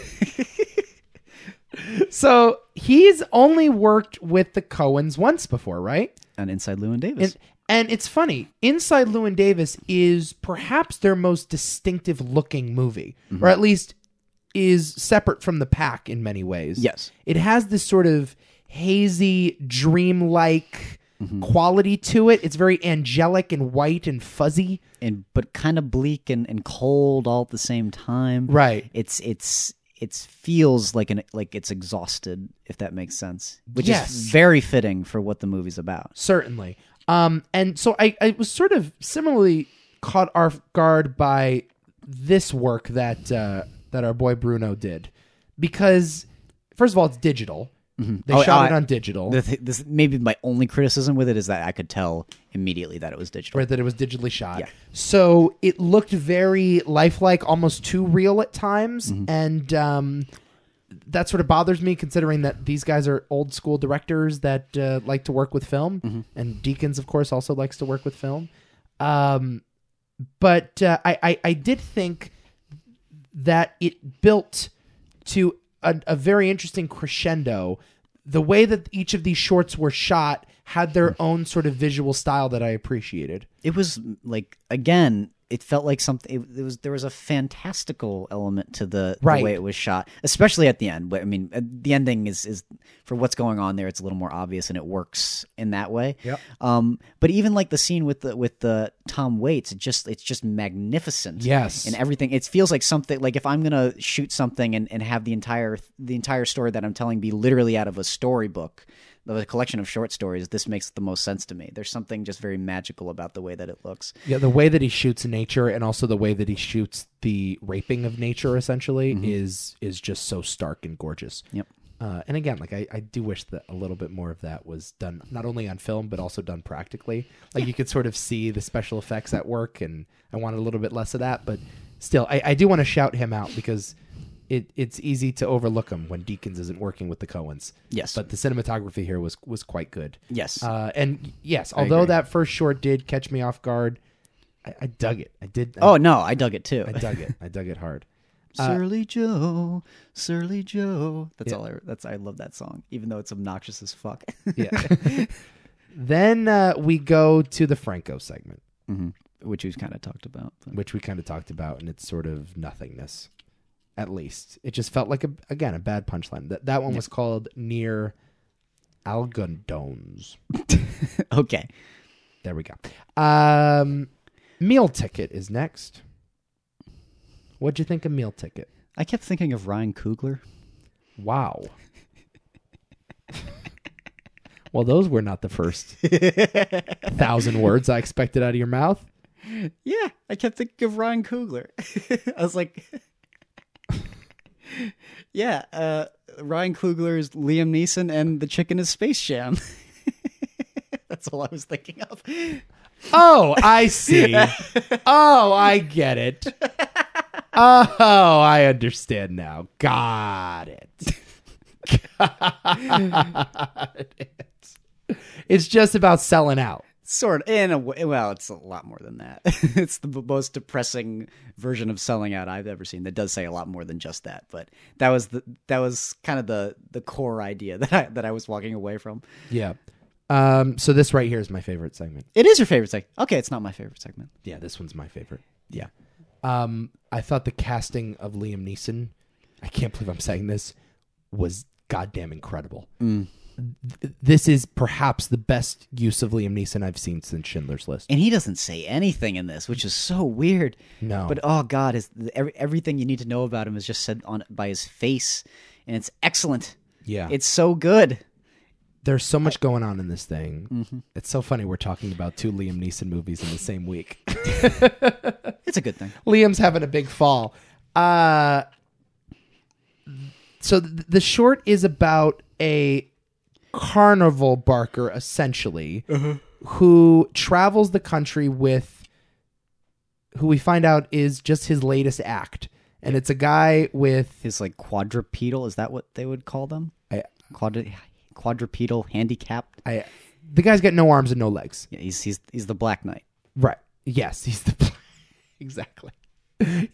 so he's only worked with the Cohens once before, right?
and inside Lewin Davis.
And And it's funny, Inside Lewin Davis is perhaps their most distinctive looking movie, or at least is separate from the pack in many ways.
Yes.
It has this sort of hazy, dreamlike quality to it. It's very angelic and white and fuzzy.
and but kind of bleak and, and cold all at the same time.
Right.
It's it's it's feels like an like it's exhausted if that makes sense, which
Yes.
is very fitting for what the movie's about.
certainly. Um, and so I, I was sort of similarly caught off guard by this work that uh, that our boy Bruno did, because first of all, it's digital. They
Oh,
shot
I-
it on digital,
The th- this maybe my only criticism with it is that I could tell immediately that it was digital.
right? That it was digitally shot,
Yeah.
so it looked very lifelike, almost too real at times, and um, that sort of bothers me, considering that these guys are old school directors that uh, like to work with film, and Deacons, of course, also likes to work with film. Um, but uh, I, I I did think that it built to a, a very interesting crescendo. The way that each of these shorts were shot had their own sort of visual style that I appreciated.
It was like again, it felt like something. It, it was there was a fantastical element to the, the
Right.
way it was shot, especially at the end. But, I mean, uh, the ending is is for what's going on there. It's a little more obvious, and it works in that way.
Yep.
Um, but even like the scene with the with the Tom Waits, it just it's just magnificent.
Yes.
And everything, it feels like something like if I'm gonna shoot something and, and have the entire the entire story that I'm telling be literally out of a storybook, of a collection of short stories, this makes the most sense to me. There's something just very magical about the way that it looks.
Yeah, the way that he shoots nature and also the way that he shoots the raping of nature essentially is is just so stark and gorgeous.
Mm-hmm. Yep.
Uh, and again, like I, I do wish that a little bit more of that was done not only on film but also done practically. Like you could sort of see the special effects at work, and I wanted a little bit less of that. But still, I, I do want to shout him out because it it's easy to overlook him when Deacons isn't working with the Coens.
Yes.
But the cinematography here was was quite good.
Yes.
Uh, and yes, although
agree.
that first short did catch me off guard, I, I dug it. I did. I,
oh no, I dug it too.
I
Uh,
dug it. I dug it hard.
Surly Joe, Surly Joe. That's all I. That's I love that song, even though it's obnoxious as fuck.
Yeah. then uh, we go to the Franco segment,
Mm-hmm. Which we've kind of talked about. but-
which we kind of talked about, and it's sort of nothingness. At least it just felt like a again a bad punchline. That that one was called near Algondones.
Okay.
There we go. Um, meal ticket is next. What'd you think of meal ticket?
I kept thinking of Ryan Coogler.
Wow. well, those were not the first thousand words I expected out of your mouth.
Yeah, I kept thinking of Ryan Coogler. I was like, yeah, uh, Ryan Coogler is Liam Neeson, and the chicken is Space Jam. That's all I was thinking of.
Oh, I see. oh, I get it. Oh, I understand now. Got it. Got it. It's just about selling out.
Sort of, in a way, well, it's a lot more than that. it's the b- most depressing version of selling out I've ever seen. That does say a lot more than just that, but that was the that was kind of the the core idea that I that I was walking away from.
Yeah. Um, so this right here is my favorite segment.
It is your favorite segment. Okay, it's not my favorite segment.
Yeah, this one's my favorite. Yeah. Um, I thought the casting of Liam Neeson, I can't believe I'm saying this, was goddamn incredible. Th- This is perhaps the best use of Liam Neeson I've seen since Schindler's List.
and he doesn't say anything in this, which is so weird.
No.
but oh god, his every, everything you need to know about him is just said on by his face, and it's excellent.
Yeah.
It's so good.
There's so much going on in this thing. It's so funny we're talking about two Liam Neeson movies in the same week.
It's a good thing.
Liam's having a big fall. Uh, so th- the short is about a carnival barker, essentially, who travels the country with who we find out is just his latest act. And it's a guy with
His like quadrupedal is that what they would call them?
I,
Quadru- quadrupedal handicapped.
I, the guy's got no arms and no legs.
Yeah, he's he's he's the Black Knight.
Right. Yes, he's the exactly.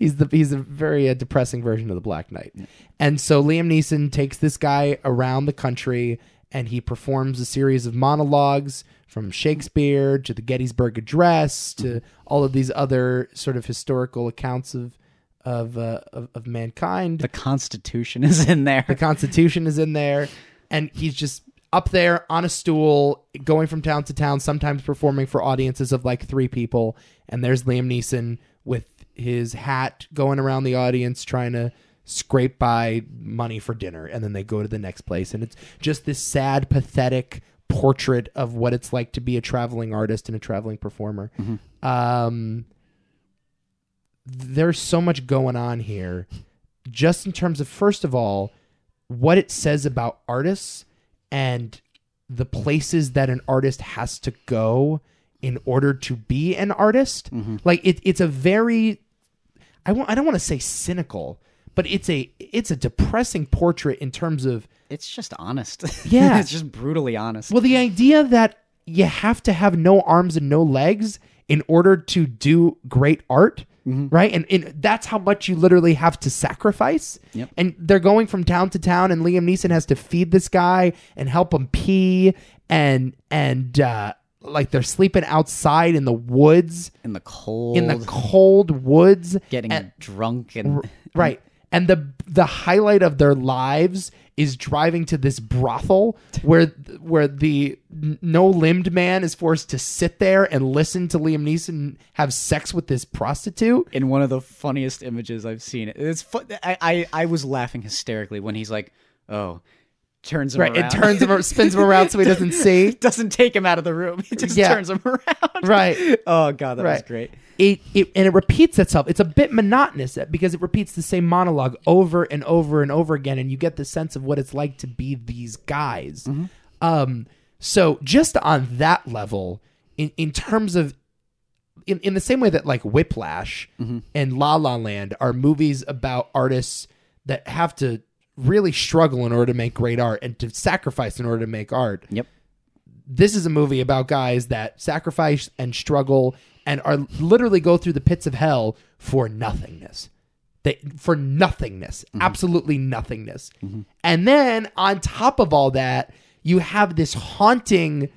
He's the he's a very uh, depressing version of the Black Knight. And so Liam Neeson takes this guy around the country and he performs a series of monologues from Shakespeare to the Gettysburg Address to all of these other sort of historical accounts of of uh, of, of mankind.
The Constitution is in there.
The Constitution is in there, and he's just up there on a stool, going from town to town, sometimes performing for audiences of like three people. And there's Liam Neeson with his hat going around the audience, trying to scrape by money for dinner. And then they go to the next place, and it's just this sad, pathetic portrait of what it's like to be a traveling artist and a traveling performer. Um, there's so much going on here, just in terms of first of all, what it says about artists and the places that an artist has to go in order to be an artist. Like it, it's a very I w- I don't want to say cynical, but it's a it's a depressing portrait in terms of
It's just honest.
Yeah.
it's just brutally honest.
well the idea that you have to have no arms and no legs in order to do great art.
Mm-hmm.
Right, and, and that's how much you literally have to sacrifice.
Yep.
And they're going from town to town, and Liam Neeson has to feed this guy and help him pee, and and uh, like they're sleeping outside in the woods,
in the cold,
in the cold woods
getting
and-
drunk, and
right and the the highlight of their lives is driving to this brothel where where the no limbed man is forced to sit there and listen to Liam Neeson have sex with this prostitute
in one of the funniest images I've seen. It's fu- I, I I was laughing hysterically when he's like, oh, turns him
right
around.
and turns him ar- spins him around so he doesn't see
doesn't take him out of the room. He just
Yeah.
turns him around.
Right.
Oh god, that was
Right.
great.
it, it and it repeats itself. It's a bit monotonous that- because it repeats the same monologue over and over and over again, and you get the sense of what it's like to be these guys.
Mm-hmm.
Um, so just on that level, in in terms of in, in the same way that like Whiplash
Mm-hmm.
and La La Land are movies about artists that have to really struggle in order to make great art and to sacrifice in order to make art
Yep.
this is a movie about guys that sacrifice and struggle and are literally go through the pits of hell for nothingness. They for nothingness,
Mm-hmm.
absolutely nothingness. And then on top of all that, you have this haunting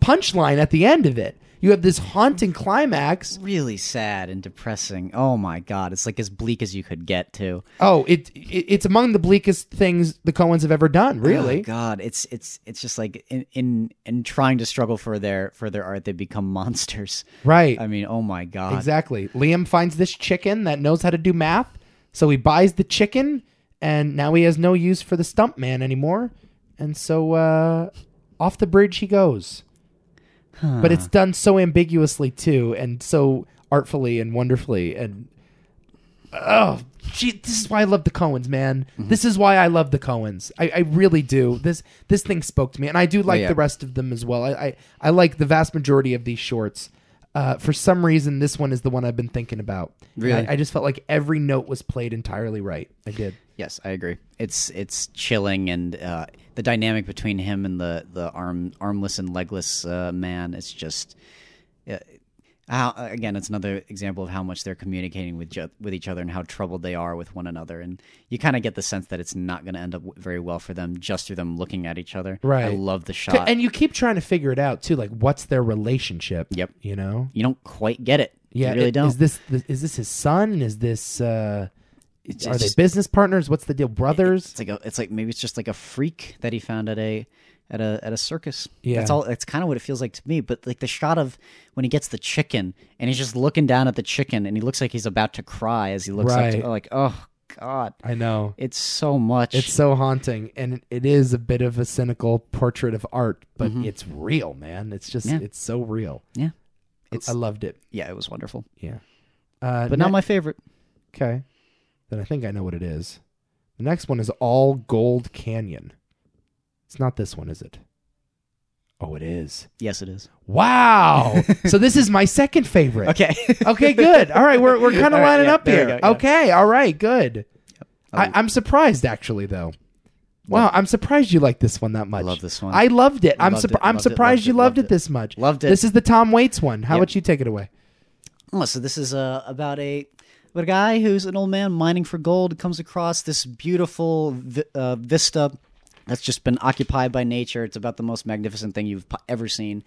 punchline at the end of it. You have this haunting climax.
Really sad and depressing. Oh my god, it's like as bleak as you could get to.
Oh, it, it it's among the bleakest things the Coens have ever done,
Oh,
really.
god, it's it's it's just like in, in in trying to struggle for their for their art, they become monsters.
right.
I mean, oh my god.
Exactly. Liam finds this chicken that knows how to do math, so he buys the chicken, and now he has no use for the stump man anymore, and so uh, off the bridge he goes. But it's done so ambiguously too, and so artfully and wonderfully, and oh, gee, this is why I love the Coens, man.
Mm-hmm.
This is why I love the Coens. I, I really do. This this thing spoke to me, and I do like
Oh, yeah.
the rest of them as well. I, I I like the vast majority of these shorts. Uh, for some reason, this one is the one I've been thinking about. And
Really?
I, I just felt like every note was played entirely right. I did.
Yes, I agree. It's it's chilling, and uh, the dynamic between him and the the arm armless and legless uh, man. It's just. Uh, how, again, it's another example of how much they're communicating with ju- with each other and how troubled they are with one another, and you kind of get the sense that it's not going to end up w- very well for them just through them looking at each other. I
Right.
love the shot.
and you keep trying to figure it out too, like what's their relationship?
Yep.
You know.
you don't quite get it.
Yeah.
you really
i-
don't.
Is this is this his son? Is this uh,
It's-
are
it's
they
just-
business partners? What's the deal? Brothers?
It's like a, it's like maybe it's just like a freak that he found at a at a at a circus.
Yeah.
that's all. That's kind of what it feels like to me. But like the shot of when he gets the chicken and he's just looking down at the chicken and he looks like he's about to cry as he looks up
Right.
to, like oh god,
I know.
it's so much.
It's so haunting, and it- it is a bit of a cynical portrait of art, but it's real, man. It's just
Mm-hmm. Yeah.
it's so real.
yeah,
I loved it.
yeah, it was wonderful,
Yeah, uh,
but not my favorite.
okay. Then I think I know what it is. The next one is All Gold Canyon. It's not this one, is it? Oh, it is.
Yes, it is.
Wow. so this is my second favorite.
Okay,
Okay, good. All right, we're we're kind
All
of
right,
lining
yeah,
up
there we
here.
go, yeah.
Okay, all right, good.
I-
I, I'm surprised actually, though. Wow, I'm surprised you like this one that much.
love this one.
I loved it. I'm
Loved
surp-
it,
I'm
loved it,
surprised
loved
you
it,
loved
loved
it,
it.
this much.
Loved it.
This is the Tom Waits one. How about you take it away?
Oh, so this is uh, about a about a guy who's an old man mining for gold comes across this beautiful vi- uh, vista that's just been occupied by nature. It's about the most magnificent thing you've po- ever seen.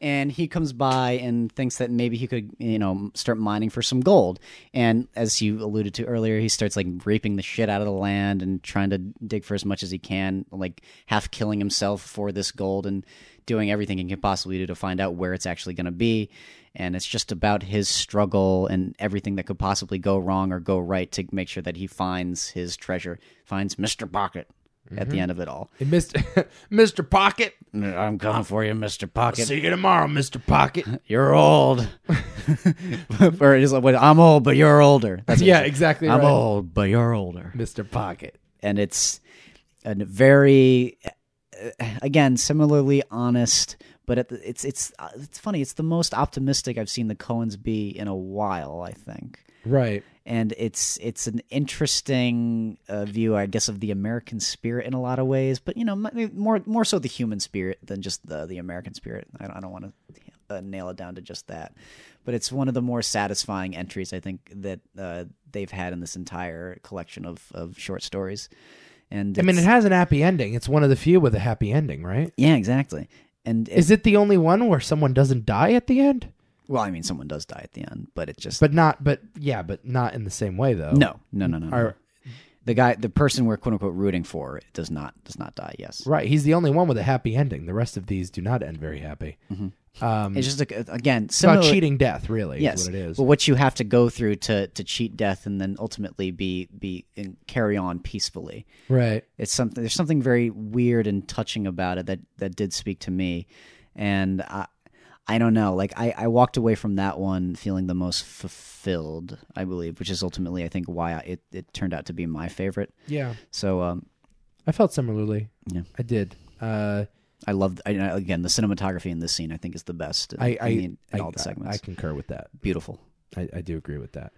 And he comes by and thinks that maybe he could, you know, start mining for some gold. And as you alluded to earlier, he starts like raping the shit out of the land and trying to dig for as much as he can, like half killing himself for this gold and doing everything he can possibly do to find out where it's actually going to be. And it's just about his struggle and everything that could possibly go wrong or go right to make sure that he finds his treasure, finds Mr. Pocket at
Mm-hmm.
the end of it all.
And Mr. Mr. Pocket.
I'm gone for you, Mr. Pocket.
See you tomorrow, Mr. Pocket.
You're old. or it is like, I'm old, but you're older. That's what
yeah,
it is.
exactly.
I'm
right.
old, but you're older.
Mr. Pocket.
And it's a very, uh, again, similarly honest, but at the, it's it's uh, it's funny. It's the most optimistic I've seen the Coens be in a while. I think.
Right.
and it's it's an interesting uh, view, I guess, of the American spirit in a lot of ways. But you know, m- more more so the human spirit than just the the American spirit. I don't, I don't want to uh, nail it down to just that, but it's one of the more satisfying entries I think that uh, they've had in this entire collection of of short stories. And
I mean, it
it's-
has an happy ending. It's one of the few with a happy ending, right?
yeah, exactly. And it,
Is it the only one where someone doesn't die at the end?
well, I mean, someone does die at the end, but it just
But not, but yeah, but not in the same way though.
no, no, no, no. no.
Or-
the guy, the person we're quote unquote rooting for, does not does not die. Yes.
right. He's the only one with a happy ending. The rest of these do not end very happy. Um,
It's just a, again
it's about
Mm-hmm. similar.
cheating death, really.
yes,
Is what it is.
But what you have to go through to to cheat death and then ultimately be be and carry on peacefully.
Right.
It's something. There's something very weird and touching about it that that did speak to me, and I I don't know. Like I I walked away from that one feeling the most fulfilled. I believe, which is ultimately I think why I, it it turned out to be my favorite.
Yeah.
So um,
I felt similarly.
Yeah.
I did. Uh,
I love I, again the cinematography in this scene. I think is the best. in-
I, I,
in, the- in
I,
all the segments.
I concur with that.
Beautiful.
I, I do agree with that.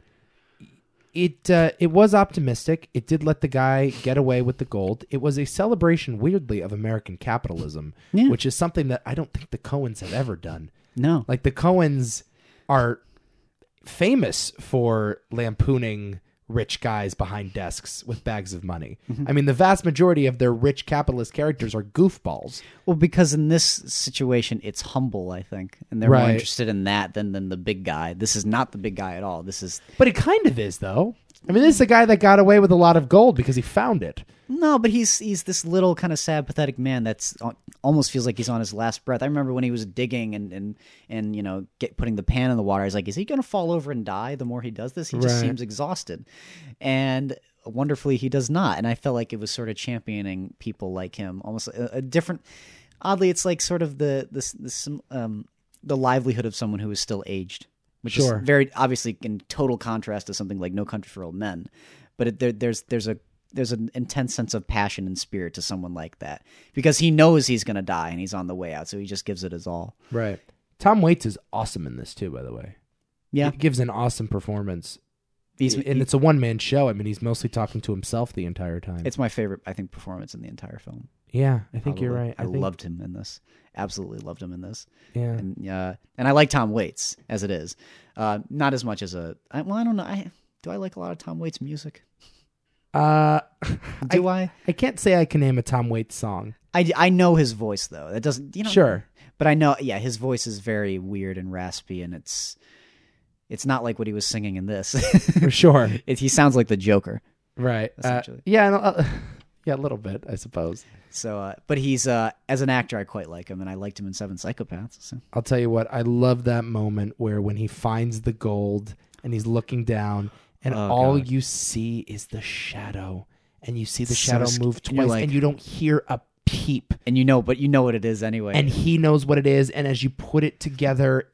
It uh, it was optimistic. It did let the guy get away with the gold. It was a celebration, weirdly, of American capitalism,
Yeah.
which is something that I don't think the Cohens have ever done.
No.
Like the Cohens are famous for lampooning rich guys behind desks with bags of money. I mean, the vast majority of their rich capitalist characters are goofballs.
Well, because in this situation, it's humble, I think, and they're more
Right.
interested in that than than the big guy. This is not the big guy at all. This is
But it kind of is, though. I mean, this is a guy that got away with a lot of gold because he found it.
no, but he's he's this little kind of sad, pathetic man that's al- almost feels like he's on his last breath. I remember when he was digging and and and you know get putting the pan in the water. I was like, is he gonna fall over and die? The more he does this, he just
Right.
seems exhausted, and wonderfully he does not. And I felt like it was sort of championing people like him, almost a, a different. Oddly, it's like sort of the this this um the livelihood of someone who is still aged, which
Sure.
is very obviously in total contrast to something like No Country for Old Men. But it, there, there's there's a there's an intense sense of passion and spirit to someone like that because he knows he's gonna die and he's on the way out, so he just gives it his all.
Right. Tom Waits is awesome in this too, by the way.
Yeah,
He gives an awesome performance.
he's,
and it's a one man show. I mean, he's mostly talking to himself the entire time.
it's my favorite, I think, performance in the entire film.
yeah, I think you're
probably.
right.
I,
think,
loved him in this. Absolutely loved him in this.
Yeah.
and uh, and I like Tom Waits as it is, uh, not as much as a. I, well, I don't know. I do I like a lot of Tom Waits music.
Uh,
Do I?
I can't say I can name a Tom Waits song.
I, I know his voice though. That doesn't you know.
Sure.
But I know yeah, his voice is very weird and raspy, and it's it's not like what he was singing in this.
For sure.
it, he sounds like the Joker.
Right. Uh,
Essentially.
yeah. and, uh, yeah, a little bit, I suppose.
So, uh, but he's uh, as an actor, I quite like him, and I liked him in Seven Psychopaths. So.
I'll tell you what, I love that moment where when he finds the gold and he's looking down and
Oh,
all
God.
you see is the shadow and you see the
So
shadow
sc-
move
and
twice
you're like-
and you don't hear a peep.
And you know, but you know what it is anyway.
and he knows what it is and as you put it together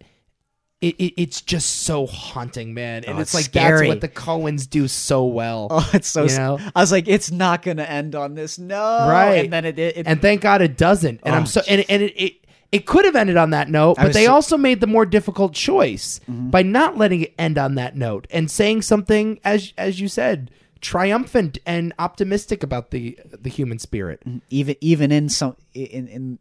it, it, it's just so haunting man and
Oh,
it's,
it's
like that's
scary.
what the coens do so well
oh, it's so.
you
s-
know?
I was like, it's not going to end on this. No,
Right.
And then it. it, it
and thank god it doesn't and
Oh,
i'm so and, and it, it it could have ended on that note, but
was
they
so-
also made the more difficult choice by not letting it end on that note and saying something as as you said, triumphant and optimistic about the the human spirit.
even even in some in in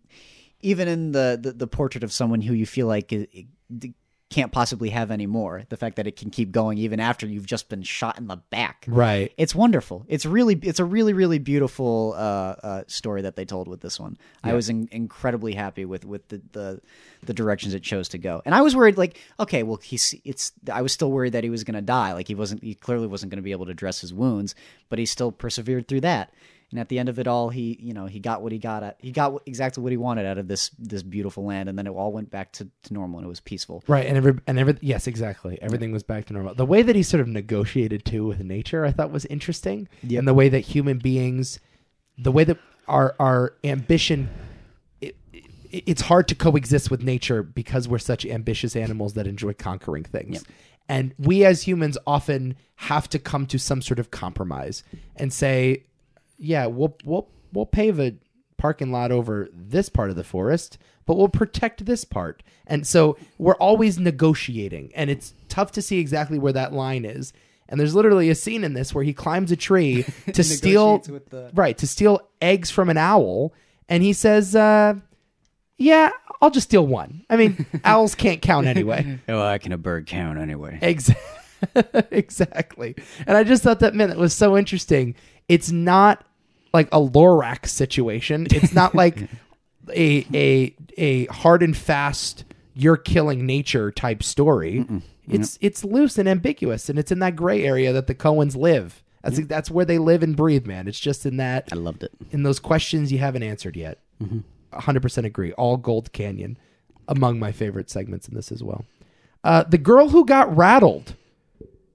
even in the the, the portrait of someone who you feel like i- i- d- can't possibly have any more. The fact that it can keep going even after you've just been shot in the back.
Right.
It's wonderful. It's really, it's a really, really beautiful uh, uh, story that they told with this one. I was in- incredibly happy with with the, the the directions it chose to go, and I was worried, like, okay, well, he's it's. I was still worried that he was going to die. Like he wasn't. He clearly wasn't going to be able to dress his wounds, but he still persevered through that. And at the end of it all, he you know he got what he got. At, he got wh- exactly what he wanted out of this this beautiful land, and then it all went back to, to normal, and it was peaceful.
Right, and every and every yes, exactly. Everything was back to normal. The way that he sort of negotiated too with nature, I thought was interesting, and the way that human beings, the way that our our ambition, it, it, it's hard to coexist with nature because we're such ambitious animals that enjoy conquering things, and we as humans often have to come to some sort of compromise and say, yeah, we'll we'll we'll pave a parking lot over this part of the forest, but we'll protect this part. And so we're always negotiating, and it's tough to see exactly where that line is. And there's literally a scene in this where he climbs a tree to steal
Negotiates with the-
right to steal eggs from an owl, and he says, uh, "Yeah, I'll just steal one. I mean, owls can't count anyway."
Oh, I can a bird count anyway?
Exactly. exactly. And I just thought that man, that was so interesting. It's not like a Lorax situation. It's not like a a a hard and fast you're killing nature type story. It's it's loose and ambiguous and it's in that gray area that the Cohens live. That's that's where they live and breathe, man. It's just in that
I loved it.
in those questions you haven't answered yet.
Mm-hmm.
100% agree. All Gold Canyon, among my favorite segments in this as well. Uh, the Girl Who Got Rattled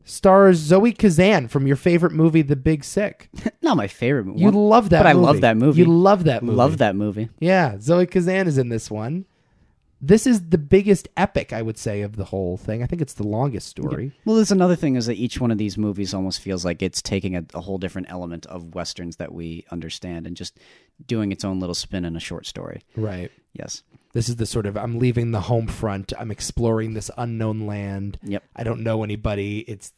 stars Zoe Kazan from your favorite movie, The Big Sick.
Not my favorite. But
You
one-
love that
But I
movie.
love that movie.
You love that movie.
love that movie.
Yeah, Zoe Kazan is in this one. This is the biggest epic, I would say, of the whole thing. I think it's the longest story.
Well, there's another thing is that each one of these movies almost feels like it's taking a, a whole different element of westerns that we understand and just doing its own little spin in a short story.
Right.
Yes.
This is the sort of I'm leaving the home front. I'm exploring this unknown land.
Yep.
I don't know anybody. It's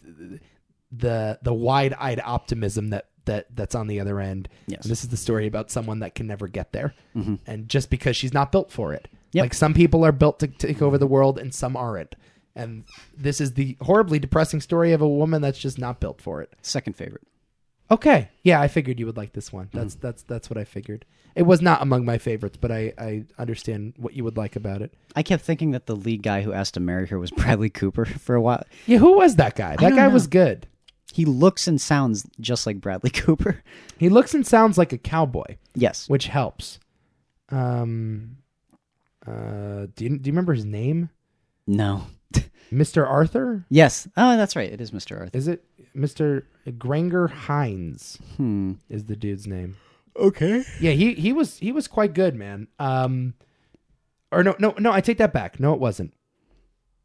the the wide-eyed optimism that that that's on the other end.
Yes. Mm-hmm.
This is the story about someone that can never get there. And just because she's not built for it.
Yep.
Like some people are built to take over the world and some aren't. And this is the horribly depressing story of a woman that's just not built for it.
Second favorite.
Okay. Yeah, I figured you would like this one. That's
Mm-hmm.
that's that's what I figured. It was not among my favorites, but I I understand what you would like about it.
I kept thinking that the lead guy who asked to marry her was Bradley Cooper for a while.
Yeah, who was that guy? That
don't
guy
know.
was good.
He looks and sounds just like Bradley Cooper.
He looks and sounds like a cowboy,
Yes.
which helps. Um, uh, do you, do you remember his name?
No.
Mr. Arthur?
Yes. Oh, that's right. It is Mr. Arthur.
Is it Mr. Granger Hines?
Hmm.
Is the dude's name?
Okay.
Yeah, he he was he was quite good, man. Um, or no no no, I take that back. No, it wasn't.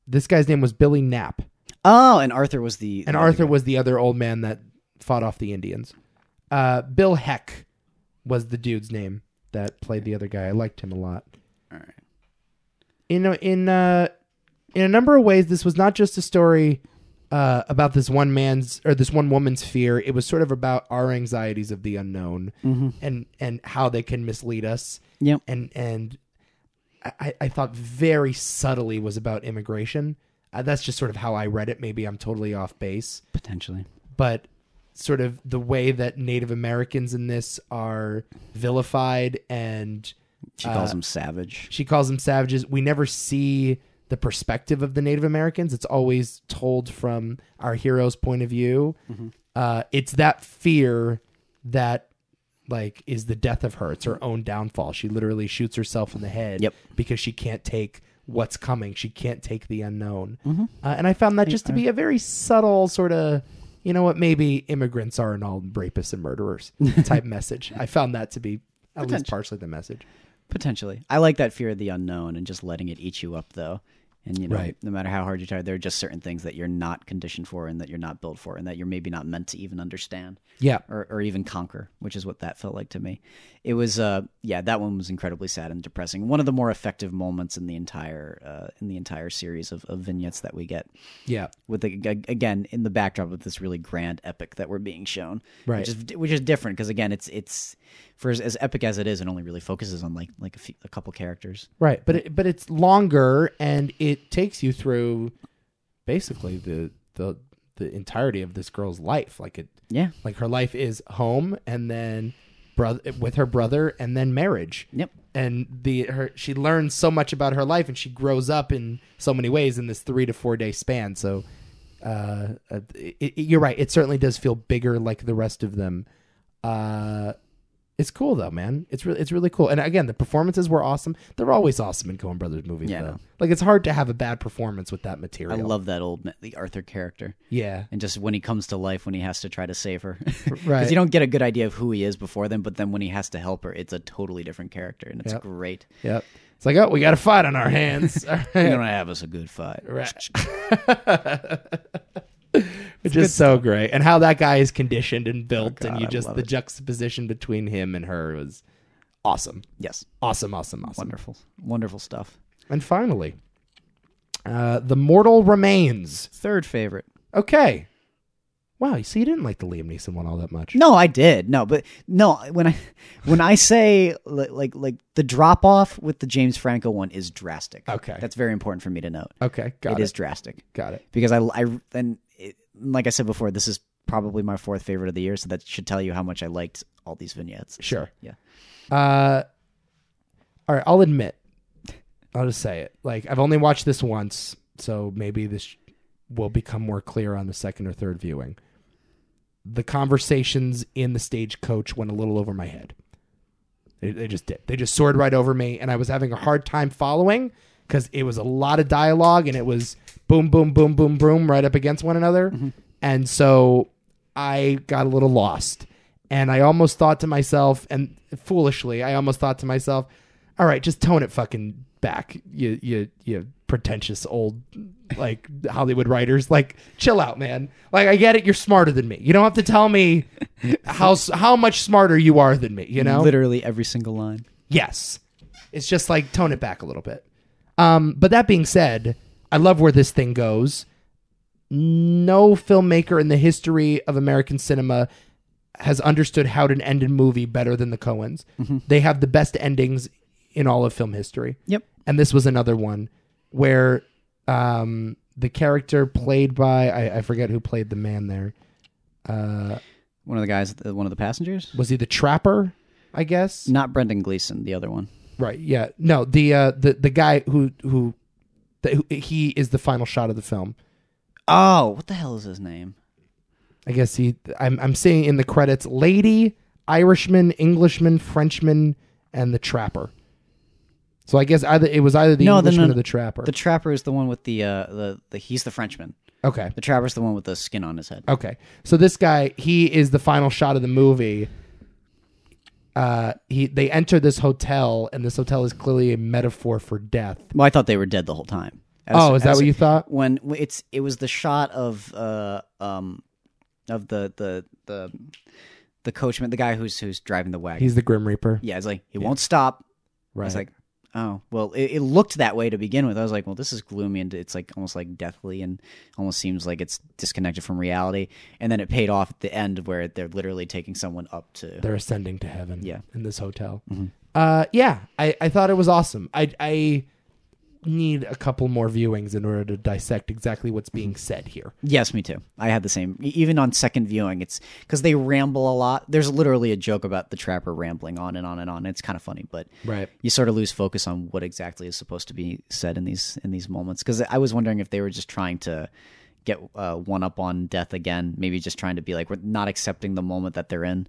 This guy's name was Billy Knapp,
Oh, and Arthur was the
and Arthur was the other old man that fought off the Indians. Uh, Bill Heck was the dude's name that played the other guy. I liked him a lot.
All right.
in a, in uh in a number of ways this was not just a story uh, about this one man's or this one woman's fear it was sort of about our anxieties of the unknown
Mm-hmm.
and and how they can mislead us
Yep.
and and I- I, I thought very subtly was about immigration uh, that's just sort of how i read it maybe i'm totally off base
Potentially.
but sort of the way that native americans in this are vilified and
She
Uh,
calls him savage.
she calls them savages. We never see the perspective of the Native Americans. It's always told from our hero's point of view. Uh, it's that fear that like is the death of her. It's her own downfall. She literally shoots herself in the head
Yep.
because she can't take what's coming. She can't take the unknown. Uh, and I found that just to be a very subtle sort of, you know what, maybe immigrants aren't all rapists and murderers type message. I found that to be at least
Potential.
partially the message.
Potentially. I like that fear of the unknown and just letting it eat you up, though. And, you know,
Right.
no matter how hard you try, there are just certain things that you're not conditioned for and that you're not built for and that you're maybe not meant to even understand
Yeah.
or, or even conquer, which is what that felt like to me. It was, uh, yeah, that one was incredibly sad and depressing. One of the more effective moments in the entire, uh, in the entire series of, of vignettes that we get
Yeah.
with the, ag- again, in the backdrop of this really grand epic that we're being shown,
Right.
Which is, which is different. Cause again, it's, it's for as, as epic as it is, it only really focuses on like like a, few, a couple characters.
Right, but it, but it's longer and it takes you through basically the the the entirety of this girl's life. Like it
Yeah.
like her life is home and then brother with her brother and then marriage.
Yep.
And the her she learns so much about her life and she grows up in so many ways in this 3 to 4 day span. So uh, uh, it, it- you're right. It certainly does feel bigger like the rest of them. Uh, it's cool though, man. It's really it's really cool. And again, the performances were awesome. They're always awesome in Coen Brothers movies
Yeah, I
though.
know.
Like it's hard to have a bad performance with that
I
material.
love that old ma- the Arthur character,
yeah.
and just when he comes to life, when he has to try to save her,
Right.
Because you don't get a good idea of who he is before then, but then when he has to help her, it's a totally different character, and it's
Yep.
great.
Yep. It's like, oh, we got a fight on our hands. All
You're
right.
gonna have us a good fight.
Right. Which is so great. And how that guy is conditioned and built,
Oh,
and you just, the juxtaposition between him and her was awesome.
Yes,
Awesome, awesome, awesome.
wonderful, wonderful stuff.
And finally, uh, The Mortal Remains.
Third favorite.
Okay. Wow. So you didn't like the Liam Neeson one all that much.
No, I did. No, but no. When I when I say li- like like the drop off with the James Franco one is drastic.
Okay.
that's very important for me to note.
Okay. Got
it
it.
is drastic
Got it.
because I I and it, like I said before, this is probably my fourth favorite of the year, so that should tell you how much I liked all these vignettes.
Sure.
Yeah.
Uh, all right. I'll admit. I'll just say it. Like I've only watched this once, so maybe this will become more clear on the second or third viewing. The conversations in the stagecoach went a little over my head. They, they just did. They just soared right over me, and I was having a hard time following because it was a lot of dialogue and it was boom, boom, boom, boom, boom, right up against one another. And so I got a little lost. And I almost thought to myself, and foolishly, I almost thought to myself, all right, just tone it fucking back, you, you, you pretentious old, like Hollywood writers. Like, chill out, man. Like, I get it. You're smarter than me. You don't have to tell me how, s- how much smarter you are than me, you know?
Literally every single line.
Yes. It's just like tone it back a little bit. Um, but that being said, I love where this thing goes. No filmmaker in the history of American cinema has understood how to end a movie better than the Coens. They have the best endings in all of film history.
Yep.
And this was another one where um, the character played by, I, I forget who played the man there. Uh,
One of the guys, uh, one of the passengers.
was he the trapper, I guess?
Not Brendan Gleeson, the other one.
Right. Yeah. No. The uh, the the guy who who, the, who he is the final shot of the film.
Oh, what the hell is his name?
I guess he. I'm I'm seeing in the credits: lady, Irishman, Englishman, Frenchman, and the trapper. So I guess either it was either the
No, no,
Englishman
no.
or the trapper.
The trapper is the one with the uh the, the he's the Frenchman.
okay.
The trapper's the one with the skin on his head.
Okay. So this guy, he is the final shot of the movie. Uh, he they enter this hotel, and this hotel is clearly a metaphor for death.
Well, I thought they were dead the whole time. As-
Oh, is that
as-
what you thought?
When when it's it was the shot of uh um of the the the the coachman, the guy who's who's driving the wagon.
He's the Grim Reaper,
yeah, it's like he won't stop.
right?
It's like oh well, it, it looked that way to begin with. I was like, well, this is gloomy and it's like almost like deathly and almost seems like it's disconnected from reality. And then it paid off at the end where they're literally taking someone up to
they're ascending to heaven
Yeah.
in this hotel uh yeah i i thought it was awesome i i need a couple more viewings in order to dissect exactly what's being said here
Yes, me too. I had the same. e- Even on second viewing, it's because they ramble a lot. There's literally a joke about the trapper rambling on and on and on. It's kind of funny, but
right
you sort of lose focus on what exactly is supposed to be said in these in these moments. Because I was wondering if they were just trying to get uh, one up on death again, maybe just trying to be like we're not accepting the moment that they're in,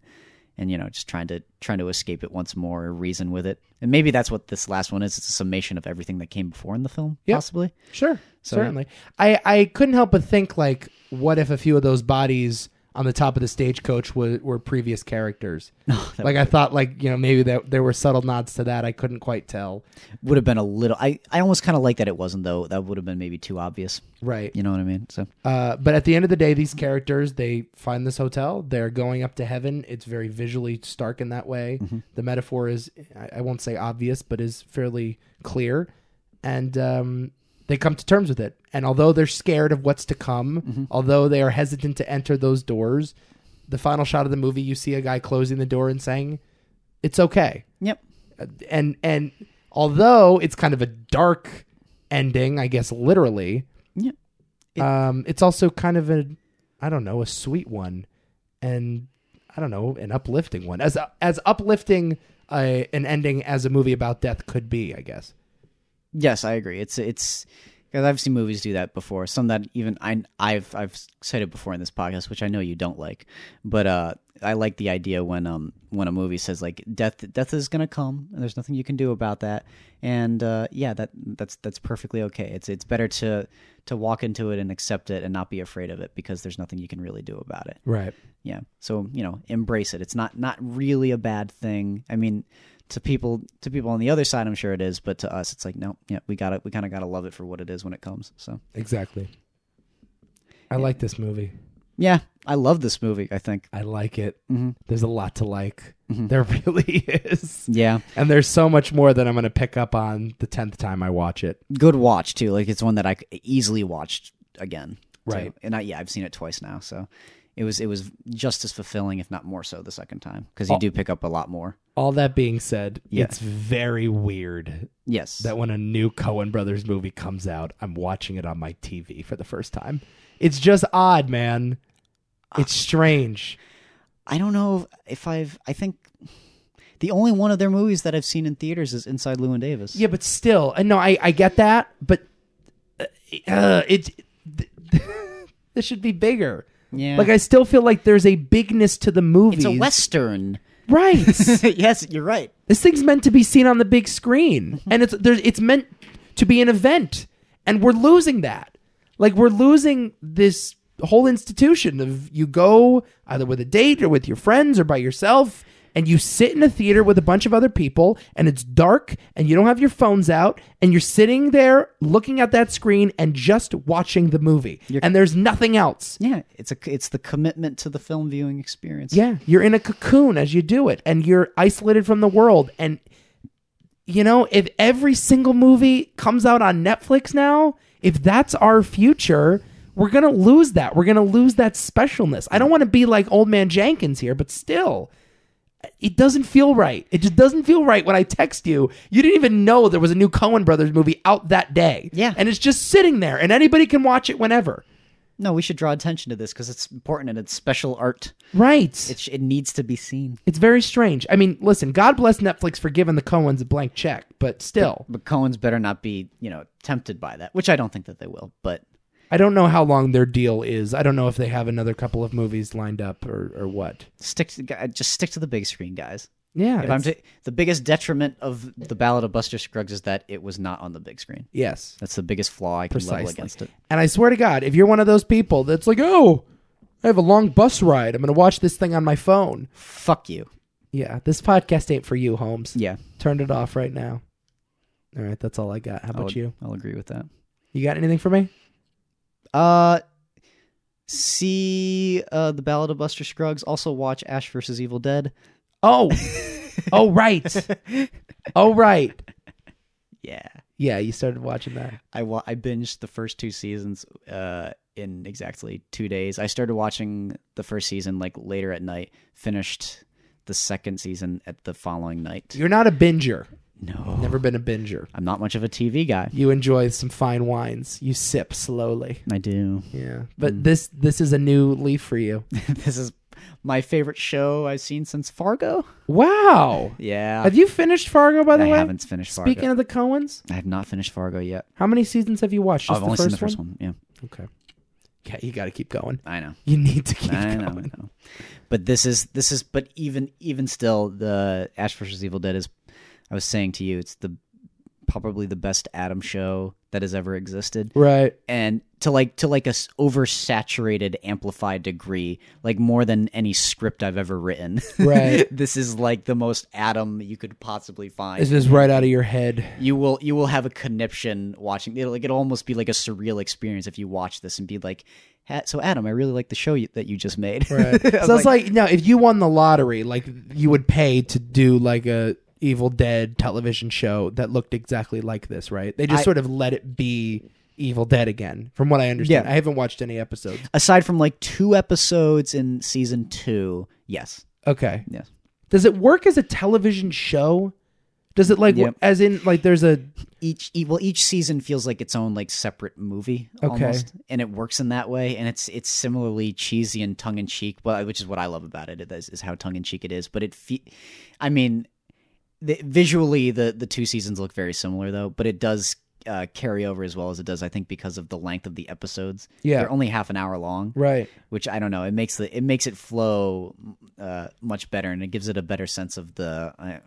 and you know, just trying to trying to escape it once more or reason with it. And maybe that's what this last one is. It's a summation of everything that came before in the film,
Yeah.
possibly.
sure certainly i i couldn't help but think like what if a few of those bodies on the top of the stagecoach were, were previous characters like i thought like you know maybe that there were subtle nods to that i couldn't quite tell
would have been a little i i almost kind of like that it wasn't though that would have been maybe too obvious
right
you know what i mean so
Uh, but at the end of the day, these characters they find this hotel. They're going up to heaven. It's very visually stark in that way. The metaphor is, I, I won't say obvious, but is fairly clear. And um, they come to terms with it. And although they're scared of what's to come, although they are hesitant to enter those doors, the final shot of the movie, you see a guy closing the door and saying, It's okay.
Yep.
And and although it's kind of a dark ending, I guess literally,
Yep.
um, it's also kind of a, I don't know, a sweet one, and I don't know, an uplifting one. As as uplifting uh, an ending as a movie about death could be, I guess.
Yes, I agree. It's it's because I've seen movies do that before. Some that even I I've I've cited before in this podcast, which I know you don't like, but uh, I like the idea when um when a movie says like death death is gonna come and there's nothing you can do about that, and uh, yeah that that's that's perfectly okay. It's it's better to to walk into it and accept it and not be afraid of it because there's nothing you can really do about it.
Right.
Yeah. So, you know, embrace it. It's not not really a bad thing. I mean, to people to people on the other side I'm sure it is, but to us it's like no, yeah, we got to we kind of got to love it for what it is when it comes. So,
Exactly. I like this movie.
yeah, I love this movie, I think.
I like it.
Mhm.
There's a lot to like. There really is.
Yeah.
Mm-hmm. And there's so much more that I'm going to pick up on the 10th time I watch it.
Good watch too. Like it's one that I c- easily watched again. too.
Right.
And I yeah, I've seen it twice now, so it was it was just as fulfilling if not more so the second time because you
Oh.
do pick up a lot more.
All that being said,
Yeah.
it's very weird
Yes.
that when a new Cohen Brothers movie comes out, I'm watching it on my TV for the first time. It's just odd, man. It's strange.
I don't know if I've. I think the only one of their movies that I've seen in theaters is Inside Llewyn Davis.
Yeah, but still, and no, I I get that, but uh, uh, it th- this should be bigger.
Yeah.
Like I still feel like there's a bigness to the movie.
it's a western.
right?
yes, you're right.
This thing's meant to be seen on the big screen, and it's there's it's meant to be an event, and we're losing that. Like we're losing this whole institution of you go either with a date or with your friends or by yourself, and you sit in a theater with a bunch of other people, and it's dark, and you don't have your phones out, and you're sitting there looking at that screen and just watching the movie, and there's nothing else.
Yeah, it's a it's the commitment to the film viewing experience.
Yeah, you're in a cocoon as you do it, and you're isolated from the world. And you know, if every single movie comes out on Netflix now, if that's our future, we're gonna lose that. We're gonna lose that specialness. I don't want to be like old man Jenkins here, but still. It doesn't feel right. It just doesn't feel right when I text you. You didn't even know there was a new Cohen Brothers movie out that day.
Yeah.
And it's just sitting there, and anybody can watch it whenever.
No, we should draw attention to this because it's important and it's special art.
Right.
It sh- it needs to be seen.
It's very strange. I mean, listen, God bless Netflix for giving the Coens a blank check, but still,
But Cohen's better not be you know tempted by that, which I don't think that they will. But
I don't know how long their deal is. I don't know if they have another couple of movies lined up or, or what.
stick to gu- just stick to the big screen, guys.
Yeah.
If I'm
it's-
to, the biggest detriment of the Ballad of Buster Scruggs is that it was not on the big screen.
yes.
That's the biggest flaw I can level
Precisely.
against it.
And I swear to God, if you're one of those people that's like, oh, I have a long bus ride, I'm going to watch this thing on my phone.
Fuck you.
Yeah. This podcast ain't for you, Holmes.
Yeah.
Turned it off right now. All right. That's all I got. How
I'll,
about you?
I'll agree with that.
You got anything for me?
Uh see uh the Ballad of Buster Scruggs. Also watch Ash versus Evil Dead.
Oh. oh, right. Oh, right.
Yeah.
Yeah. You started watching that.
I wa- I binged the first two seasons uh in exactly 2 days. I started watching the first season like later at night, finished the second season at the following night.
You're not a binger.
no.
Never been a binger.
I'm not much of a TV guy.
You enjoy some fine wines. You sip slowly.
I do.
Yeah. But
Hmm.
this this is a new leaf for you.
this is my favorite show I've seen since Fargo.
Wow.
Yeah.
Have you finished Fargo by the
I
way?
haven't finished Fargo.
Speaking of the Coens,
I have not finished Fargo yet.
how many seasons have you watched? Just
Oh, I've only
the
seen
first
the first one. Yeah.
Okay. Okay, you got to keep going.
I know.
You need to keep
I
going.
know, I know. But this is this is but even even still the Ash vs Evil Dead is I was saying to you it's the probably the best Adam show that has ever existed
Right.
and to like to like a s- oversaturated amplified degree like more than any script I've ever written.
Right.
this is like the most Adam you could possibly find.
This is right out of your head.
you will you will have a conniption watching it'll like it'll almost be like a surreal experience if you watch this and be like "Ha- so adam i really like the show you, that you just made
Right. so it's like, no, if you won the lottery, like you would pay to do like a Evil Dead television show that looked exactly like this, right? They just
I-
sort of let it be Evil Dead again, from what I understand.
Yeah.
I haven't watched any episodes.
aside from like two episodes in season two yes
Okay.
yes
Does it work as a television show? Does it like
Yep.
as in like there's a
each e- well each season feels like its own like separate movie
Okay.
almost and it works in that way and it's it's similarly cheesy and tongue-in-cheek but which is what i love about it is, is how tongue-in-cheek it is but it fe- i mean the, visually the the two seasons look very similar though but it does uh, carry over as well as it does i think because of the length of the episodes
Yeah.
they're only half an hour long
right?
which I don't know. It makes the it makes it flow uh, much better, and it gives it a better sense of the. I,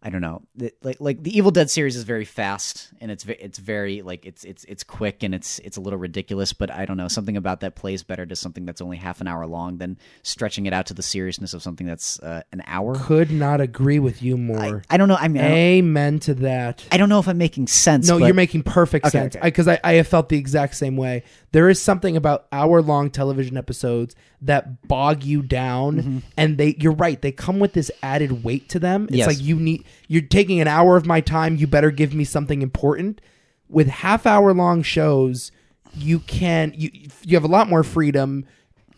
I don't know. The- Like like the Evil Dead series is very fast, and it's ve- it's very like it's it's it's quick, and it's it's a little ridiculous. But I don't know. Something about that plays better to something that's only half an hour long than stretching it out to the seriousness of something that's uh, an hour.
Could not agree with you more.
I don't know. I mean, I don't,
Amen to that.
I don't know if I'm making sense.
No,
but
you're making perfect
Okay,
sense
okay.
because I, I have felt the exact same way. There is something about hour long television episodes that bog you down,
Mm-hmm.
and they you're right. They come with this added weight to them. It's
Yes.
like you need you're taking an hour of my time. You better give me something important. With half hour long shows, you can you you have a lot more freedom.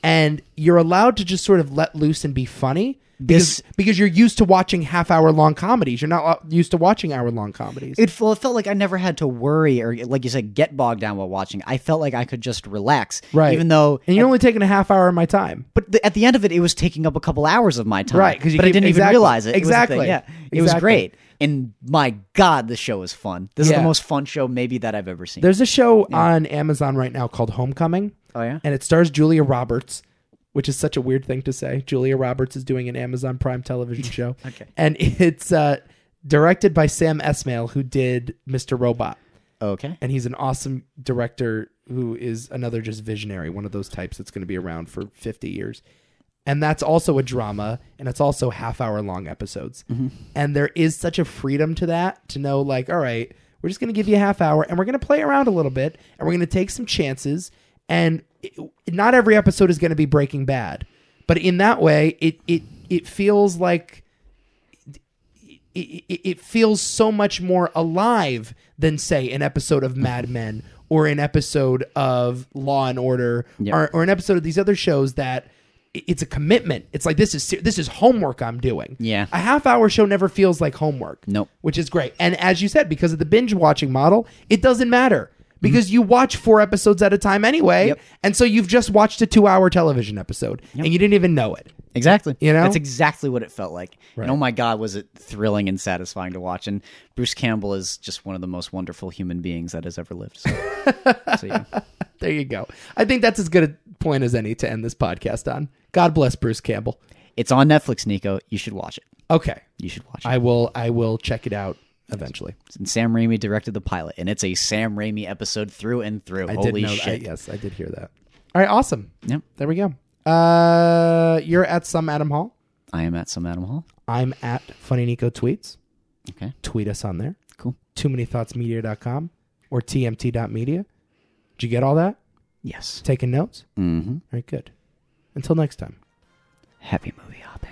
And you're allowed to just sort of let loose and be funny because,
This-
because you're used to watching half hour long comedies. You're not uh, used to watching hour long comedies.
It, well, it felt like I never had to worry or, like you said, get bogged down while watching. I felt like I could just relax,
Right.
Even though
and you're only taking a half hour of my time.
But the, at the end of it, it was taking up a couple hours of my time.
Right, 'cause you
but I
keep-
didn't
exactly,
even realize it. It was a thing,
exactly,
yeah, it was
exactly.
great. And my God, the show is fun. This is
Yeah.
the most fun show maybe that I've ever seen.
There's a show on Amazon right now called Homecoming,
oh yeah,
and it stars Julia Roberts, which is such a weird thing to say. Julia Roberts is doing an Amazon Prime television show.
Okay.
And it's uh, directed by Sam Esmail, who did Mr. Robot.
okay.
And he's an awesome director who is another just visionary, one of those types that's going to be around for 50 years. And that's also a drama, and it's also half hour long episodes. And there is such a freedom to that to know, like, all right, we're just going to give you a half hour and we're going to play around a little bit and we're going to take some chances. And it, not every episode is going to be Breaking Bad, but in that way, it, it, it feels like it, it, it feels so much more alive than say an episode of Mad Men or an episode of Law and Order or, or an episode of these other shows that i- it's a commitment. It's like this is ser- this is homework I'm doing.
Yeah.
a half hour show never feels like homework.
Nope.
which is great. And as you said, because of the binge watching model, it doesn't matter because you watch four episodes at a time anyway,
Mm-hmm. Yep.
and so you've just watched a two hour television episode and you didn't even know it.
Exactly.
You know?
that's exactly what it felt like. And oh my God, was it thrilling and satisfying to watch? And Bruce Campbell is just one of the most wonderful human beings that has ever lived. So, so yeah.
There you go. I think that's as good a point as any to end this podcast on. God bless Bruce Campbell.
it's on Netflix, Nico. You should watch it.
Okay.
You should watch it.
I will I will check it out eventually.
and Sam Raimi directed the pilot, and it's a Sam Raimi episode through and through.
I
Holy
did know
shit!
I, yes, I did hear that. All right, awesome.
Yep.
There we go. Uh you're at some Adam Hall.
I am at some Adam Hall.
I'm at Funny Nico Tweets.
Okay,
Tweet us on there.
cool.
Too many thoughts media.com or tmt.media. Did you get all that?
Yes.
Taking notes?
Mm-hmm.
All right, good. Until next time.
Happy movie out there.